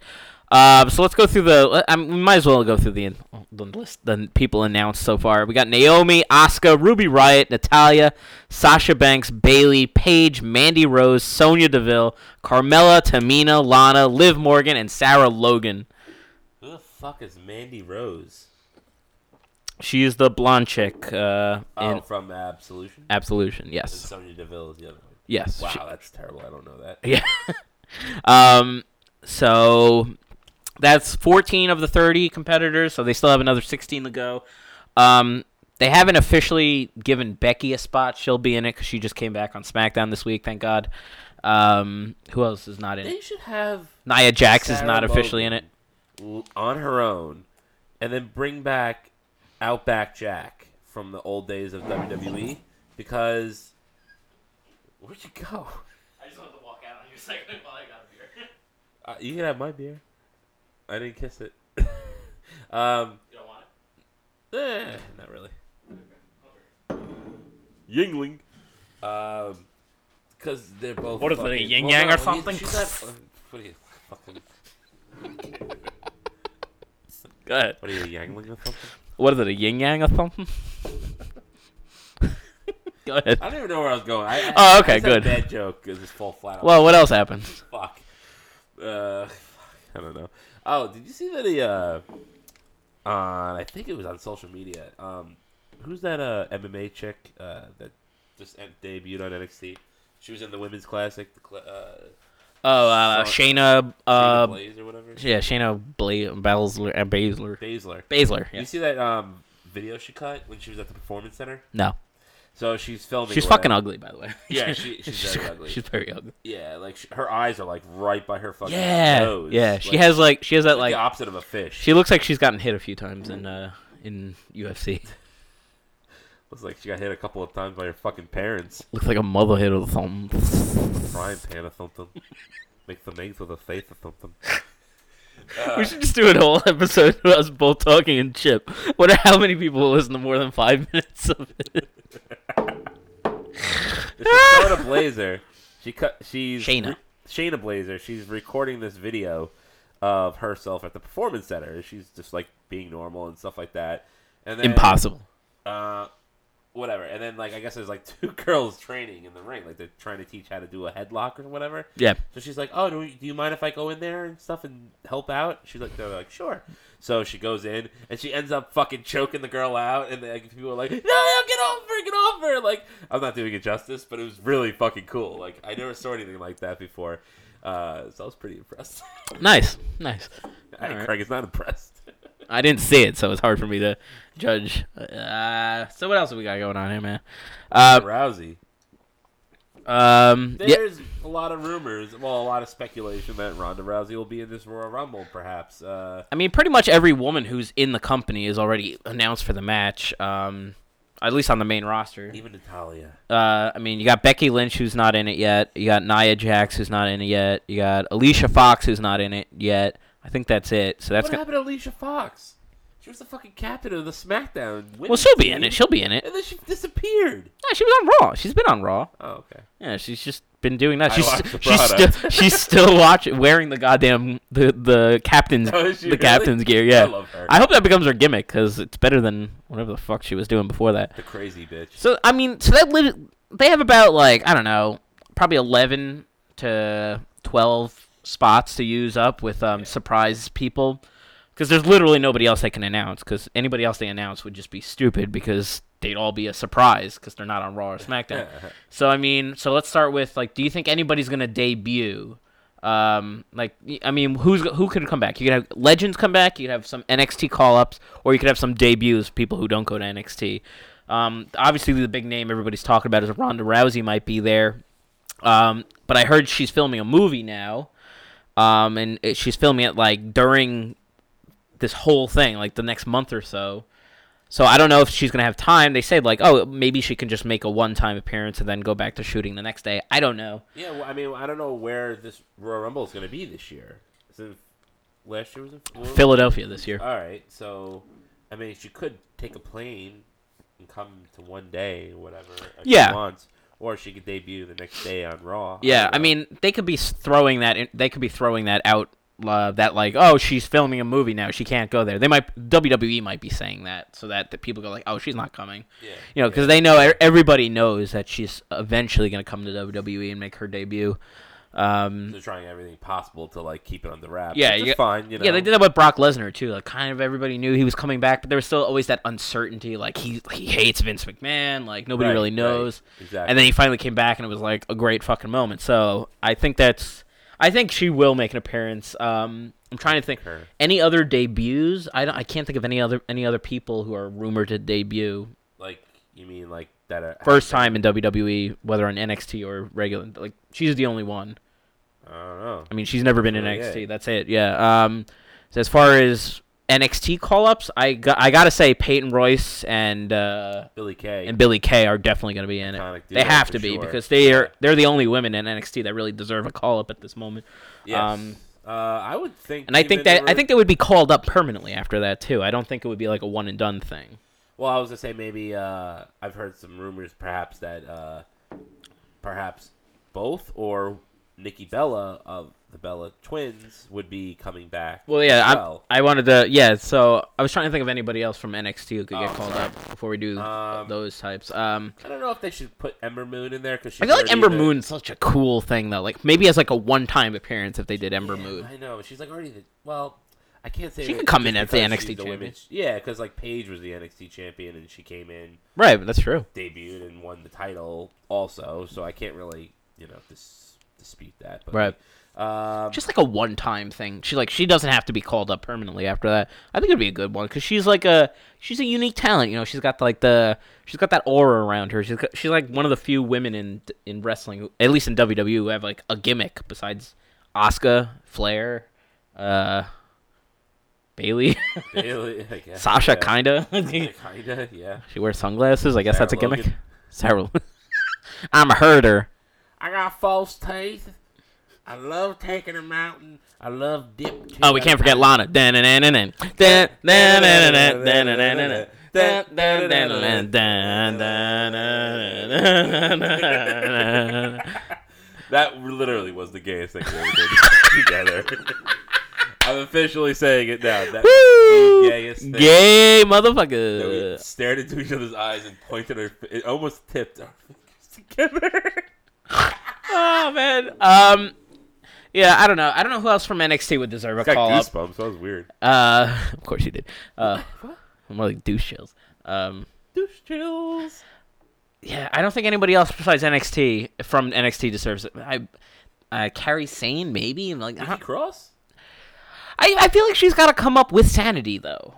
[SPEAKER 3] Uh, so let's go through the. let- I mean, we might as well go through the, the list. The people announced so far. We got Naomi, Asuka, Ruby Riot, Natalia, Sasha Banks, Bailey, Paige, Mandy Rose, Sonya Deville, Carmella, Tamina, Lana, Liv Morgan, and Sarah Logan.
[SPEAKER 4] Who the fuck is Mandy Rose?
[SPEAKER 3] She is the blonde chick uh, in
[SPEAKER 4] Oh, from Absolution.
[SPEAKER 3] Absolution. Yes.
[SPEAKER 4] Sonya Deville is the other one.
[SPEAKER 3] Yes. she-
[SPEAKER 4] Wow, that's terrible. I don't know that.
[SPEAKER 3] Yeah. um, so that's 14 of the 30 competitors, so they still have another 16 to go. Um, they haven't officially given Becky a spot. She'll be in it because she just came back on SmackDown this week, thank God. Um, who else is not in
[SPEAKER 4] They
[SPEAKER 3] it?
[SPEAKER 4] should have
[SPEAKER 3] Nia Jax is
[SPEAKER 4] Sarah
[SPEAKER 3] not officially in it.
[SPEAKER 4] Logan l- on her own, and then bring back Outback Jack from the old days of WWE because where'd you go?
[SPEAKER 3] I just wanted to walk out on you a second while I got a beer.
[SPEAKER 4] Uh, you can have my beer. I didn't kiss it. um,
[SPEAKER 3] You don't want it?
[SPEAKER 4] eh, not really. Yingling. Um, because they're both.
[SPEAKER 3] What is it, a
[SPEAKER 4] fucking-
[SPEAKER 3] yin
[SPEAKER 4] well,
[SPEAKER 3] yang or
[SPEAKER 4] he-
[SPEAKER 3] something?
[SPEAKER 4] she's not- what are you fucking?
[SPEAKER 3] Go ahead.
[SPEAKER 4] What are you yangling or something?
[SPEAKER 3] What is it, a yin yang or something? Go ahead.
[SPEAKER 4] I don't even know where I was going. I,
[SPEAKER 3] Oh,
[SPEAKER 4] I- I
[SPEAKER 3] okay,
[SPEAKER 4] just had a
[SPEAKER 3] good.
[SPEAKER 4] Bad joke because it's fall flat. Well,
[SPEAKER 3] Well, what else happened?
[SPEAKER 4] fuck. Uh, fuck, I don't know. Oh, did you see that? He, uh, on I think it was on social media. Um, who's that? Uh, MMA chick. Uh, that just en- debuted on NXT. She was in the women's classic. The cl- uh,
[SPEAKER 3] Oh, uh,
[SPEAKER 4] Fuck.
[SPEAKER 3] Shayna. Uh,
[SPEAKER 4] Shayna Blaze or whatever.
[SPEAKER 3] Yeah, Shayna Bla- Baszler. Uh, Baszler.
[SPEAKER 4] Baszler.
[SPEAKER 3] Baszler.
[SPEAKER 4] Did
[SPEAKER 3] Yeah.
[SPEAKER 4] You see that um video she cut when she was at the performance center?
[SPEAKER 3] No,
[SPEAKER 4] So she's filming.
[SPEAKER 3] she's
[SPEAKER 4] or
[SPEAKER 3] fucking
[SPEAKER 4] whatever.
[SPEAKER 3] ugly, by the way.
[SPEAKER 4] Yeah, she- she's very ugly.
[SPEAKER 3] She's very ugly.
[SPEAKER 4] Yeah, like sh- her eyes are like right by her fucking
[SPEAKER 3] Yeah,
[SPEAKER 4] nose.
[SPEAKER 3] yeah. She
[SPEAKER 4] Like,
[SPEAKER 3] has like she has that like
[SPEAKER 4] like the opposite of a fish.
[SPEAKER 3] she looks like she's gotten hit a few times in uh in UFC.
[SPEAKER 4] Looks like she got hit a couple of times by her fucking parents.
[SPEAKER 3] looks like a mother hit or something.
[SPEAKER 4] Frying pan or something. Make some eggs with a face or something.
[SPEAKER 3] we should just do a whole episode of us both talking and chip. Wonder how many people will listen to more than five minutes of it.
[SPEAKER 4] This is Shona Blazer. She cut. She's
[SPEAKER 3] Shayna.
[SPEAKER 4] Shayna Blazer. She's recording this video of herself at the performance center. She's just like being normal and stuff like that. And then,
[SPEAKER 3] Impossible.
[SPEAKER 4] Uh, whatever. And then like I guess there's like two girls training in the ring. Like they're trying to teach how to do a headlock or whatever.
[SPEAKER 3] Yeah.
[SPEAKER 4] So she's like, "Oh, do, we, do you mind if I go in there and stuff and help out?" She's like, "They're like, sure." So she goes in and she ends up fucking choking the girl out, and the like, people are like, "No, no, get over freaking over. Like, I'm not doing it justice, but it was really fucking cool. Like, I never saw anything like that before. Uh, so I was pretty impressed.
[SPEAKER 3] Nice, nice.
[SPEAKER 4] Hey, Craig is not impressed.
[SPEAKER 3] I didn't see it, so it's hard for me to judge. Uh, so what else have we got going on here, man? Uh,
[SPEAKER 4] Rousey.
[SPEAKER 3] um, yeah,
[SPEAKER 4] There's a lot of rumors, well, a lot of speculation that Ronda Rousey will be in this Royal Rumble, perhaps. Uh,
[SPEAKER 3] I mean, pretty much every woman who's in the company is already announced for the match. Um, at least on the main roster.
[SPEAKER 4] even Natalia.
[SPEAKER 3] Uh, I mean, you got Becky Lynch who's not in it yet. You got Nia Jax who's not in it yet. You got Alicia Fox who's not in it yet. I think that's it. So that's
[SPEAKER 4] What
[SPEAKER 3] gonna.
[SPEAKER 4] happened to Alicia Fox? She was the fucking captain of the SmackDown.
[SPEAKER 3] Well,
[SPEAKER 4] women's
[SPEAKER 3] she'll be in
[SPEAKER 4] team,
[SPEAKER 3] it. She'll be in it.
[SPEAKER 4] And then she disappeared.
[SPEAKER 3] Yeah, she was on Raw. She's been on Raw.
[SPEAKER 4] Oh, okay.
[SPEAKER 3] Yeah, she's just been doing that.
[SPEAKER 4] I
[SPEAKER 3] She's
[SPEAKER 4] watch the
[SPEAKER 3] she's still
[SPEAKER 4] product.
[SPEAKER 3] she's still watching wearing the goddamn the the captain's
[SPEAKER 4] Oh,
[SPEAKER 3] the
[SPEAKER 4] is she really?
[SPEAKER 3] captain's gear. Yeah,
[SPEAKER 4] I love her.
[SPEAKER 3] I hope that becomes her gimmick because it's better than whatever the fuck she was doing before that.
[SPEAKER 4] The crazy bitch.
[SPEAKER 3] So I mean, so that lit they have about like I don't know, probably eleven to twelve spots to use up with um, surprise people, because there's literally nobody else they can announce. Because anybody else they announce would just be stupid because they'd all be a surprise because they're not on Raw or SmackDown. so I mean, so let's start with like, do you think anybody's gonna debut? Um, like y- I mean, who's who could come back? You could have legends come back. You could have some NXT call ups, or you could have some debuts, people who don't go to NXT. Um, obviously the big name everybody's talking about is Ronda Rousey might be there. Um, but I heard she's filming a movie now. Um, and it, she's filming it like during this whole thing, like the next month or so. So I don't know if she's gonna have time. They said like, oh, maybe she can just make a one-time appearance and then go back to shooting the next day. I don't know.
[SPEAKER 4] Yeah, well, I mean, I don't know where this Royal Rumble is going to be this year. Is it last year was in Florida?
[SPEAKER 3] Philadelphia this year.
[SPEAKER 4] All right, so I mean, she could take a plane and come to one day, or whatever. if she
[SPEAKER 3] Yeah.
[SPEAKER 4] wants, or she could debut the next day on Raw.
[SPEAKER 3] Yeah,
[SPEAKER 4] don't
[SPEAKER 3] I
[SPEAKER 4] know.
[SPEAKER 3] mean, they could be s- throwing that. In, they could be throwing that out. Uh, that like, oh, she's filming a movie now. She can't go there. They might WWE might be saying that so that the people go like, oh, she's not coming.
[SPEAKER 4] Yeah,
[SPEAKER 3] You know, because they know e- everybody knows that she's eventually gonna come to WWE and make her debut. Um,
[SPEAKER 4] they're trying everything possible to like keep it on the wrap.
[SPEAKER 3] yeah,
[SPEAKER 4] which is
[SPEAKER 3] you-
[SPEAKER 4] fine. You know,
[SPEAKER 3] Yeah, they did that with Brock Lesnar too. Like, kind of everybody knew he was coming back, but there was still always that uncertainty. Like, he he hates Vince McMahon. Like, nobody
[SPEAKER 4] Right,
[SPEAKER 3] really
[SPEAKER 4] right,
[SPEAKER 3] knows.
[SPEAKER 4] exactly.
[SPEAKER 3] And then he finally came back, and it was like a great fucking moment. So I think that's. I think she will make an appearance. Um, I'm trying to think.
[SPEAKER 4] Her.
[SPEAKER 3] Any other debuts? I don't. I can't think of any other any other people who are rumored to debut
[SPEAKER 4] Like you mean like that uh,
[SPEAKER 3] first time in WWE, whether on NXT or regular. Like she's the only one.
[SPEAKER 4] I don't know.
[SPEAKER 3] I mean, she's never been in
[SPEAKER 4] Really
[SPEAKER 3] NXT.
[SPEAKER 4] it.
[SPEAKER 3] That's it. Yeah. Um, so as far as NXT call ups, I got, I gotta say Peyton Royce and uh,
[SPEAKER 4] Billy Kay.
[SPEAKER 3] and Billy Kay are definitely gonna be in it.
[SPEAKER 4] Iconic duo
[SPEAKER 3] They have
[SPEAKER 4] for
[SPEAKER 3] to be
[SPEAKER 4] sure.
[SPEAKER 3] because they
[SPEAKER 4] Yeah.
[SPEAKER 3] are they're the only women in NXT that really deserve a call up at this moment.
[SPEAKER 4] yes.
[SPEAKER 3] um,
[SPEAKER 4] uh, I would think.
[SPEAKER 3] And I
[SPEAKER 4] even
[SPEAKER 3] think that I
[SPEAKER 4] over-
[SPEAKER 3] think they would be called up permanently after that too. I don't think it would be like a one and done thing.
[SPEAKER 4] Well, I was gonna say maybe uh, I've heard some rumors, perhaps that uh, perhaps both or Nikki Bella of the Bella Twins would be coming back.
[SPEAKER 3] Well, yeah,
[SPEAKER 4] as
[SPEAKER 3] I'm-
[SPEAKER 4] well.
[SPEAKER 3] I wanted to. Yeah, so I was trying to think of anybody else from NXT who could
[SPEAKER 4] Oh,
[SPEAKER 3] get called
[SPEAKER 4] sorry.
[SPEAKER 3] up before we do
[SPEAKER 4] Um,
[SPEAKER 3] those types. Um,
[SPEAKER 4] I don't know if they should put Ember Moon in there because
[SPEAKER 3] I feel like Ember Moon's such a cool thing though. Like maybe as like a one-time appearance if they did Ember Moon.
[SPEAKER 4] I know she's like already the well. I can't say
[SPEAKER 3] She
[SPEAKER 4] that
[SPEAKER 3] could come
[SPEAKER 4] just
[SPEAKER 3] in as the
[SPEAKER 4] because
[SPEAKER 3] NXT
[SPEAKER 4] she's
[SPEAKER 3] champion.
[SPEAKER 4] women's- Yeah, because like Paige was the NXT champion and she came in,
[SPEAKER 3] Right, that's true.
[SPEAKER 4] debuted, and won the title also. So I can't really you know dis- dispute that. But,
[SPEAKER 3] Right.
[SPEAKER 4] Um,
[SPEAKER 3] Just like a one-time thing. She like she doesn't have to be called up permanently after that. I think it'd be a good one cuz she's like a she's a unique talent, you know. She's got like the she's got that aura around her. She's got, she's like one of the few women in in wrestling, who- at least in WWE who have like a gimmick besides Asuka, Flair, uh Bailey,
[SPEAKER 4] Bailey, I guess,
[SPEAKER 3] Sasha
[SPEAKER 4] yeah.
[SPEAKER 3] kinda.
[SPEAKER 4] Kinda, yeah.
[SPEAKER 3] She wears sunglasses. I guess
[SPEAKER 4] Sarah
[SPEAKER 3] that's a gimmick.
[SPEAKER 4] Logan.
[SPEAKER 3] Sarah. Lo- I'm a herder.
[SPEAKER 4] I got false teeth. I love taking a mountain. I love dip.
[SPEAKER 3] Oh, we can't forget Lana. Dun-dun-dun-dun-dun. Dun- dun-dun-dun-dun. Dun-dun-dun-dun-dun. Dun- dun-dun-dun-dun. Dun-dun-dun-dun-dun.
[SPEAKER 4] That literally was the gayest thing we ever did together. I'm officially saying it now. That was the gayest thing.
[SPEAKER 3] Gay
[SPEAKER 4] that we
[SPEAKER 3] motherfucker.
[SPEAKER 4] stared into each other's eyes and pointed our. It almost tipped our fingers together.
[SPEAKER 3] Oh man. Um. Yeah, I don't know. I don't know who else from NXT would deserve a
[SPEAKER 4] Got
[SPEAKER 3] call up.
[SPEAKER 4] goosebumps. That was weird.
[SPEAKER 3] Uh, of course you did. Uh, I'm like douche chills. Um.
[SPEAKER 4] Douche chills.
[SPEAKER 3] yeah, I don't think anybody else besides NXT from NXT deserves it. I, uh, Carrie Sane maybe, and like I,
[SPEAKER 4] Nikki
[SPEAKER 3] don't-
[SPEAKER 4] Cross?
[SPEAKER 3] I, I feel like she's got to come up with sanity though,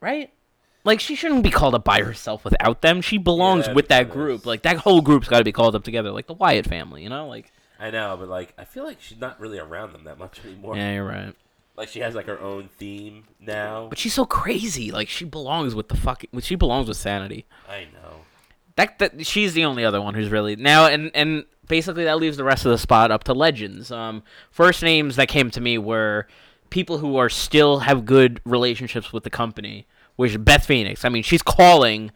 [SPEAKER 3] right? Like she shouldn't be called up by herself without them. She belongs
[SPEAKER 4] Yeah,
[SPEAKER 3] with that
[SPEAKER 4] because-
[SPEAKER 3] group. Like that whole group's got to be called up together, like the Wyatt family, you know? Like
[SPEAKER 4] I know, but like I feel like she's not really around them that much anymore.
[SPEAKER 3] yeah, you're right.
[SPEAKER 4] Like she has like her own theme now.
[SPEAKER 3] But she's so crazy. Like she belongs with the fucking. She belongs with sanity.
[SPEAKER 4] I know.
[SPEAKER 3] That, that she's the only other one who's really now and and basically that leaves the rest of the spot up to legends. Um, first names that came to me were people who are still have good relationships with the company, which is Beth Phoenix. I mean, she's calling.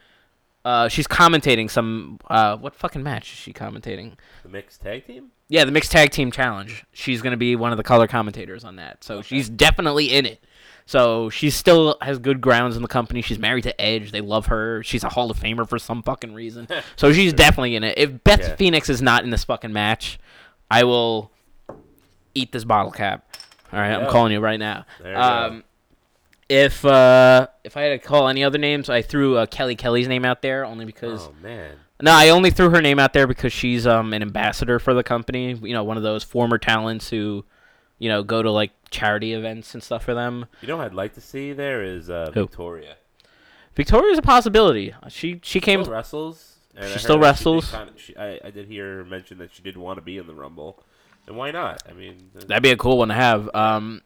[SPEAKER 3] Uh, she's commentating some uh, what fucking match is she commentating?
[SPEAKER 4] The mixed tag team?
[SPEAKER 3] Yeah, the mixed tag team challenge. She's gonna be one of the color commentators on that, so she's definitely in it. So she still has good grounds in the company. She's married to Edge. They love her. She's a Hall of Famer for some fucking reason. So she's definitely in it. If Beth
[SPEAKER 4] Yeah.
[SPEAKER 3] Phoenix is not in this fucking match, I will eat this bottle cap. All right, I'm
[SPEAKER 4] Yeah.
[SPEAKER 3] calling you right now.
[SPEAKER 4] There you
[SPEAKER 3] Um, if uh, if I had to call any other names, I threw uh, Kelly Kelly's name out there only because
[SPEAKER 4] Oh man.
[SPEAKER 3] no, I only threw her name out there because she's um an ambassador for the company. You know, one of those former talents who, you know, go to like charity events and stuff for them.
[SPEAKER 4] You know what I'd like to see there is uh,
[SPEAKER 3] Who?
[SPEAKER 4] Victoria.
[SPEAKER 3] Victoria's a possibility. She she came.
[SPEAKER 4] Still wrestles. and I
[SPEAKER 3] She
[SPEAKER 4] heard
[SPEAKER 3] still
[SPEAKER 4] that did
[SPEAKER 3] wrestles?
[SPEAKER 4] kind of- she- I, I did hear her mention that she did want to be in the Rumble, and why not? I mean, uh,
[SPEAKER 3] That'd be a cool one to have. Um,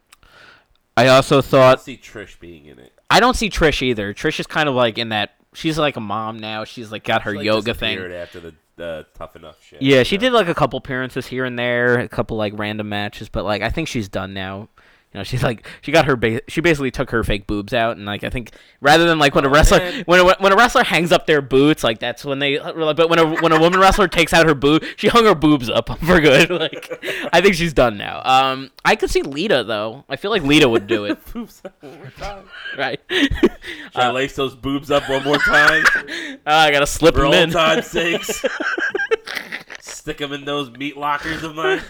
[SPEAKER 3] I also
[SPEAKER 4] I
[SPEAKER 3] thought
[SPEAKER 4] see Trish being in it.
[SPEAKER 3] I don't see Trish either. Trish is kind of like in that. She's like a mom now. She's like got her
[SPEAKER 4] She, like,
[SPEAKER 3] yoga
[SPEAKER 4] disappeared
[SPEAKER 3] thing.
[SPEAKER 4] after the the tough enough shit.
[SPEAKER 3] Yeah,
[SPEAKER 4] you
[SPEAKER 3] she
[SPEAKER 4] know?
[SPEAKER 3] did like a couple appearances here and there, a couple like random matches, but like I think she's done now. You know, she's like she got her ba- she basically took her fake boobs out, and like I think rather than like when a wrestler
[SPEAKER 4] man.
[SPEAKER 3] when a, when a wrestler hangs up their boots, like that's when they. But when a when a woman wrestler takes out her boot, she hung her boobs up for good. Like I think she's done now. Um, I could see Lita though. I feel like Lita would do it,
[SPEAKER 4] Boobs up one more time.
[SPEAKER 3] right?
[SPEAKER 4] Should
[SPEAKER 3] Uh,
[SPEAKER 4] I lace those boobs up one more time
[SPEAKER 3] Ah, I gotta slip
[SPEAKER 4] for
[SPEAKER 3] them
[SPEAKER 4] old
[SPEAKER 3] in.
[SPEAKER 4] time's sakes? Stick them in those meat lockers of mine.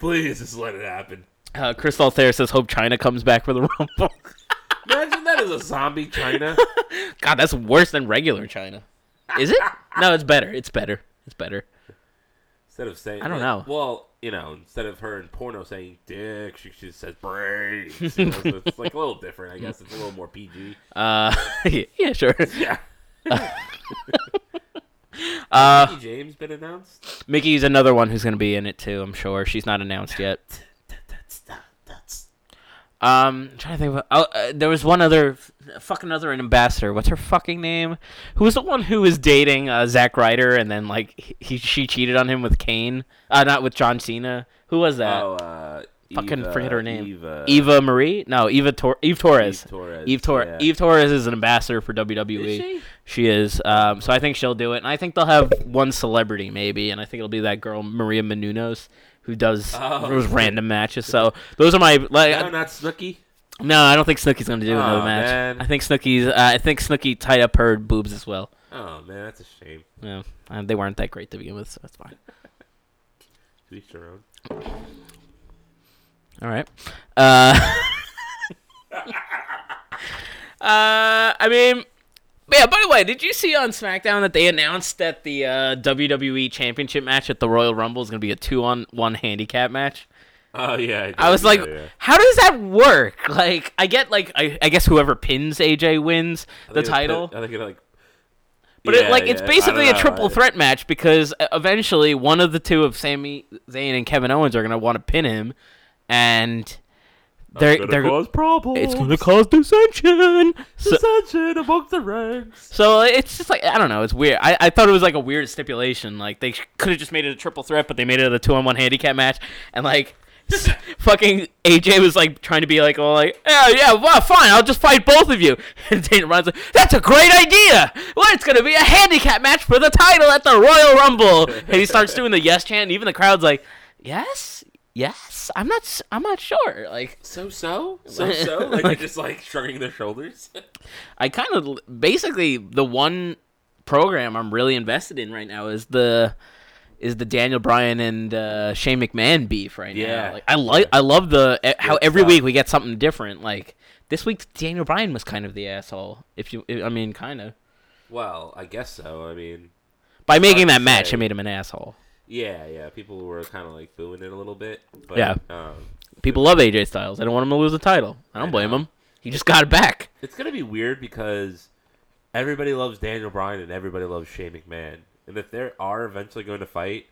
[SPEAKER 4] Please, just let it happen.
[SPEAKER 3] Uh, Chris Altair says, "Hope China comes back for the Rumble."
[SPEAKER 4] Imagine that as a zombie China.
[SPEAKER 3] God, that's worse than regular China. Is it? no, it's better. It's better. It's better.
[SPEAKER 4] Instead of saying,
[SPEAKER 3] I don't know.
[SPEAKER 4] Well, you know, instead of her in porno saying dick, she she says brains. You know, so it's like a little different, I guess. It's a little more PG.
[SPEAKER 3] Uh, yeah, sure.
[SPEAKER 4] Yeah.
[SPEAKER 3] Uh,
[SPEAKER 4] Mickey James been announced.
[SPEAKER 3] Mickey's another one who's gonna be in it too. I'm sure she's not announced yet. Um, I'm trying to think about. Oh, uh, there was one other, fucking other ambassador. What's her fucking name? Who was the one who was dating uh, Zack Ryder and then like he, he she cheated on him with Kane? Uh, not with John Cena. Who was that?
[SPEAKER 4] Oh, uh,
[SPEAKER 3] fucking
[SPEAKER 4] Eva-
[SPEAKER 3] forget her name. E-
[SPEAKER 4] Eva.
[SPEAKER 3] Eva Marie? No, Eva Tor- Eve Torres.
[SPEAKER 4] Eve Torres,
[SPEAKER 3] Eve, Tor-
[SPEAKER 4] yeah.
[SPEAKER 3] Eve Torres is an ambassador for WWE.
[SPEAKER 4] Is she?
[SPEAKER 3] is. Um, so I think she'll do it, and I think they'll have one celebrity maybe, and I think it'll be that girl Maria Menounos who does
[SPEAKER 4] Oh.
[SPEAKER 3] those random matches. So those are my like.
[SPEAKER 4] No, not Snooki.
[SPEAKER 3] no, I don't think Snooki's gonna do another
[SPEAKER 4] Aw,
[SPEAKER 3] match.
[SPEAKER 4] man.
[SPEAKER 3] I think Snooki's. Uh, I think Snooki tied up her boobs as well.
[SPEAKER 4] Oh man, that's a shame.
[SPEAKER 3] Yeah, uh, they weren't that great to begin with, so that's fine.
[SPEAKER 4] To each their own.
[SPEAKER 3] All right. Uh, uh, I mean, yeah. By the way, did you see on SmackDown that they announced that the uh, WWE Championship match at the Royal Rumble is going to be a two-on-one handicap match?
[SPEAKER 4] Oh yeah, did,
[SPEAKER 3] I was like,
[SPEAKER 4] yeah, yeah.
[SPEAKER 3] how does that work? Like, I get like, I, I guess whoever pins AJ wins the
[SPEAKER 4] I think it-
[SPEAKER 3] title.
[SPEAKER 4] I think it like.
[SPEAKER 3] But
[SPEAKER 4] Yeah,
[SPEAKER 3] it, like
[SPEAKER 4] yeah,
[SPEAKER 3] it's
[SPEAKER 4] I
[SPEAKER 3] basically a
[SPEAKER 4] don't know.
[SPEAKER 3] triple threat match because uh, eventually one of the two of Sami Zayn and Kevin Owens are gonna want to pin him, and they're
[SPEAKER 4] Gonna
[SPEAKER 3] they're
[SPEAKER 4] cause problems.
[SPEAKER 3] it's gonna cause dissension. So,
[SPEAKER 4] dissension amongst the ranks.
[SPEAKER 3] so it's just like I don't know. It's weird. I, I thought it was like a weird stipulation. Like they could have just made it a triple threat, but they made it a two on one handicap match, and like. s- fucking AJ was like trying to be like all like yeah yeah well fine I'll just fight both of you and Dana Ryan's like that's a great idea well it's gonna be a handicap match for the title at the Royal Rumble and he starts doing the yes chant and even the crowd's like yes yes I'm not s- I'm not sure like
[SPEAKER 4] So so so so. Like, they're just like shrugging their shoulders.
[SPEAKER 3] I kind of basically the one program I'm really invested in right now is the is the Daniel Bryan and uh, Shane McMahon beef right
[SPEAKER 4] Yeah.
[SPEAKER 3] now. Like I like I love the eh, how
[SPEAKER 4] Good
[SPEAKER 3] every
[SPEAKER 4] stuff.
[SPEAKER 3] week we get something different. Like this week Daniel Bryan was kind of the asshole. If you I mean kind of.
[SPEAKER 4] Well, I guess so. I mean,
[SPEAKER 3] By making that
[SPEAKER 4] to
[SPEAKER 3] match,
[SPEAKER 4] say.
[SPEAKER 3] it made him an asshole.
[SPEAKER 4] yeah, yeah. People were kind of like booing it a little bit. But,
[SPEAKER 3] Yeah.
[SPEAKER 4] Um,
[SPEAKER 3] People love AJ Styles. I don't want him to lose the title. I don't
[SPEAKER 4] I
[SPEAKER 3] blame
[SPEAKER 4] know.
[SPEAKER 3] him. He just got it back.
[SPEAKER 4] It's gonna be weird because everybody loves Daniel Bryan and everybody loves Shane McMahon, and if they are eventually going to fight,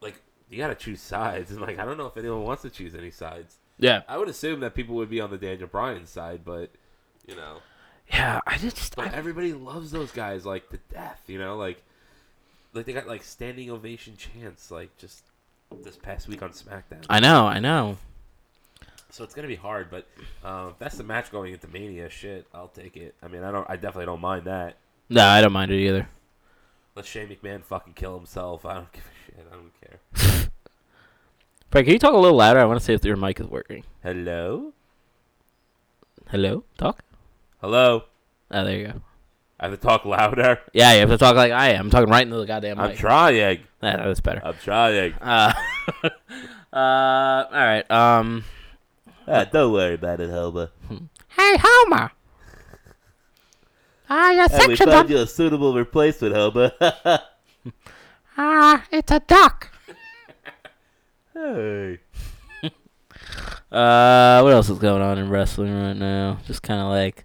[SPEAKER 4] like you gotta choose sides, and like I don't know if anyone wants to choose any sides.
[SPEAKER 3] Yeah.
[SPEAKER 4] I would assume that people would be on the Daniel Bryan side, but you know,
[SPEAKER 3] Yeah, I just
[SPEAKER 4] but
[SPEAKER 3] I,
[SPEAKER 4] everybody loves those guys like to death. You know, like like they got like standing ovation chants, like just this past week on SmackDown.
[SPEAKER 3] I know, I know.
[SPEAKER 4] So it's gonna be hard, but um, if that's the match going into Mania. Shit, I'll take it. I mean, I don't. I definitely don't mind that.
[SPEAKER 3] No, I don't mind it either.
[SPEAKER 4] Let Shane McMahon fucking kill himself. I don't give a shit. I don't care.
[SPEAKER 3] Frank, can you talk a little louder? I want to see if your mic is working.
[SPEAKER 4] Hello,
[SPEAKER 3] Hello, talk.
[SPEAKER 4] hello.
[SPEAKER 3] Oh, there you go.
[SPEAKER 4] I have to talk louder.
[SPEAKER 3] Yeah, you have to talk like I am. I'm talking right into the goddamn
[SPEAKER 4] I'm
[SPEAKER 3] mic.
[SPEAKER 4] trying.
[SPEAKER 3] Yeah, that was better.
[SPEAKER 4] I'm trying.
[SPEAKER 3] Uh, uh, all right. Um,
[SPEAKER 4] Ah, don't worry about it, Homer.
[SPEAKER 5] Hey, Homer. Ah, your
[SPEAKER 4] Hey, we
[SPEAKER 5] section's
[SPEAKER 4] found
[SPEAKER 5] on.
[SPEAKER 4] you a suitable replacement, Homer.
[SPEAKER 5] Ah, it's a duck.
[SPEAKER 4] hey.
[SPEAKER 3] uh, what else is going on in wrestling right now? Just kind of like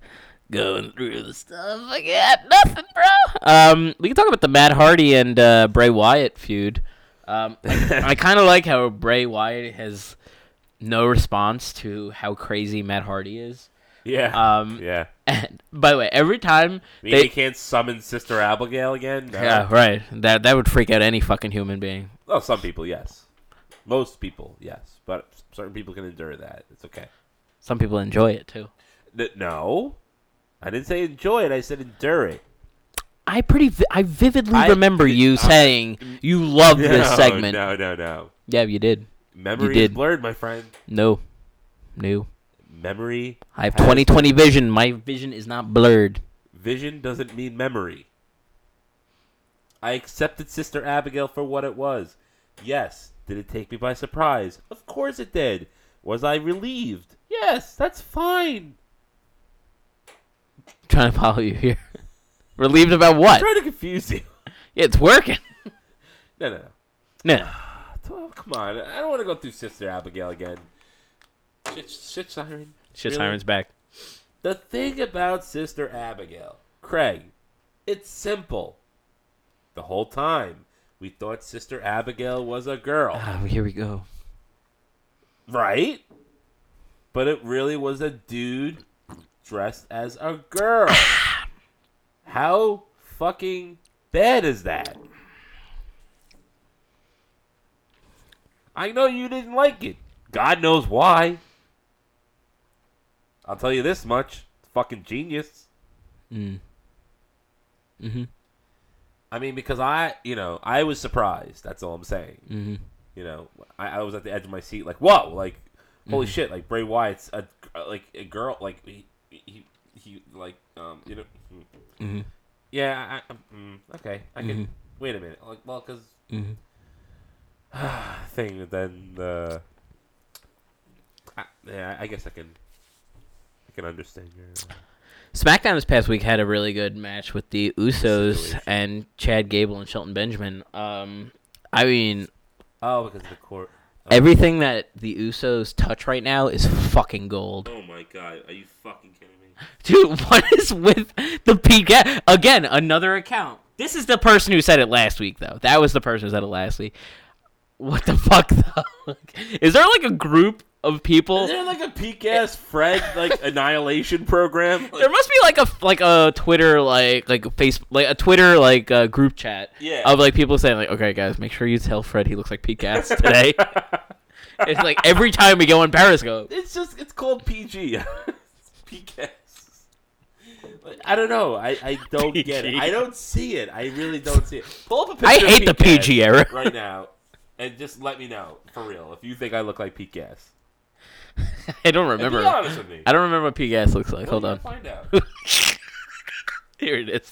[SPEAKER 3] going through the stuff. I got nothing, bro. Um, we can talk about the Matt Hardy and uh, Bray Wyatt feud. Um, I, I kind of like how Bray Wyatt has no response to how crazy Matt Hardy is.
[SPEAKER 4] Yeah.
[SPEAKER 3] Um,
[SPEAKER 4] yeah.
[SPEAKER 3] And by the way, every time
[SPEAKER 4] Mean
[SPEAKER 3] they
[SPEAKER 4] he can't summon Sister Abigail again. No.
[SPEAKER 3] yeah right that that would freak out any fucking human being.
[SPEAKER 4] Well, some people, yes. Most people, yes. But certain people can endure that. It's okay.
[SPEAKER 3] Some people enjoy it too.
[SPEAKER 4] N- no. I didn't say enjoy it. I said endure it.
[SPEAKER 3] I pretty vi- I vividly
[SPEAKER 4] I-
[SPEAKER 3] remember you saying you loved this
[SPEAKER 4] No,
[SPEAKER 3] segment.
[SPEAKER 4] No, no, no.
[SPEAKER 3] Yeah, you did.
[SPEAKER 4] Memory is
[SPEAKER 3] did.
[SPEAKER 4] blurred, my friend.
[SPEAKER 3] No, no.
[SPEAKER 4] Memory.
[SPEAKER 3] I have
[SPEAKER 4] has-
[SPEAKER 3] 20/20 vision. My vision is not blurred.
[SPEAKER 4] Vision doesn't mean memory. I accepted Sister Abigail for what it was. Yes. Did it take me by surprise? Of course it did. Was I relieved? Yes, that's fine.
[SPEAKER 3] trying to follow you here. Relieved about what?
[SPEAKER 4] Trying to confuse you.
[SPEAKER 3] It's working.
[SPEAKER 4] No, no, no.
[SPEAKER 3] No.
[SPEAKER 4] Oh, come on. I don't want to go through Sister Abigail again. Shit, shit siren.
[SPEAKER 3] Shit,
[SPEAKER 4] Really?
[SPEAKER 3] Siren's back.
[SPEAKER 4] The thing about Sister Abigail, Craig, it's simple. The whole time, we thought Sister Abigail was a girl,
[SPEAKER 3] Oh, here we go.
[SPEAKER 4] right? But it really was a dude dressed as a girl. How fucking bad is that? I know you didn't like it. God knows why. I'll tell you this much. It's fucking genius.
[SPEAKER 3] Mhm.
[SPEAKER 4] I mean, because I, you know, I was surprised. That's all I'm saying. Mm-hmm. You know, I, I was at the edge of my seat, like, whoa, like, holy shit, like Bray Wyatt's a like a girl, like he, he, he like, um, you know, mm. yeah, I, I, mm, okay, I can wait a minute, like, well, because Mm-hmm. thing, then the, I, yeah, I guess I can, I can understand your. uh,
[SPEAKER 3] SmackDown this past week had a really good match with the Usos
[SPEAKER 4] Situation.
[SPEAKER 3] and Chad Gable and Shelton Benjamin. Um, I mean,
[SPEAKER 4] Oh, because of the court.
[SPEAKER 3] everything that the Usos touch right now is fucking gold.
[SPEAKER 4] Oh my god, are you fucking kidding me?
[SPEAKER 3] Dude, what is with the PK? Again, another account. This is the person who said it last week, though. That was the person who said it last week. What the fuck, though? Is there like a group of people?
[SPEAKER 4] Is there like a peak ass Fred like annihilation program?
[SPEAKER 3] There must be like a like a Twitter like like a face like a Twitter like uh, group chat
[SPEAKER 4] Yeah.
[SPEAKER 3] of like people saying like okay guys make sure you tell Fred he looks like Pete Gas today. it's like every time we go on Periscope.
[SPEAKER 4] it's just it's called PG. It's peak ass. Like, I don't know. I, I don't get it.
[SPEAKER 3] PG.
[SPEAKER 4] I don't see it. I really don't see it. Pull up a picture.
[SPEAKER 3] I
[SPEAKER 4] of
[SPEAKER 3] hate the
[SPEAKER 4] peak ass
[SPEAKER 3] PG era.
[SPEAKER 4] right now, and just let me know for real if you think I look like Pete Gas.
[SPEAKER 3] I don't
[SPEAKER 4] And
[SPEAKER 3] remember.
[SPEAKER 4] Be honest with me.
[SPEAKER 3] I don't remember what Pete Gas looks like. Hold
[SPEAKER 4] What do you
[SPEAKER 3] on.
[SPEAKER 4] Find out.
[SPEAKER 3] Here it is.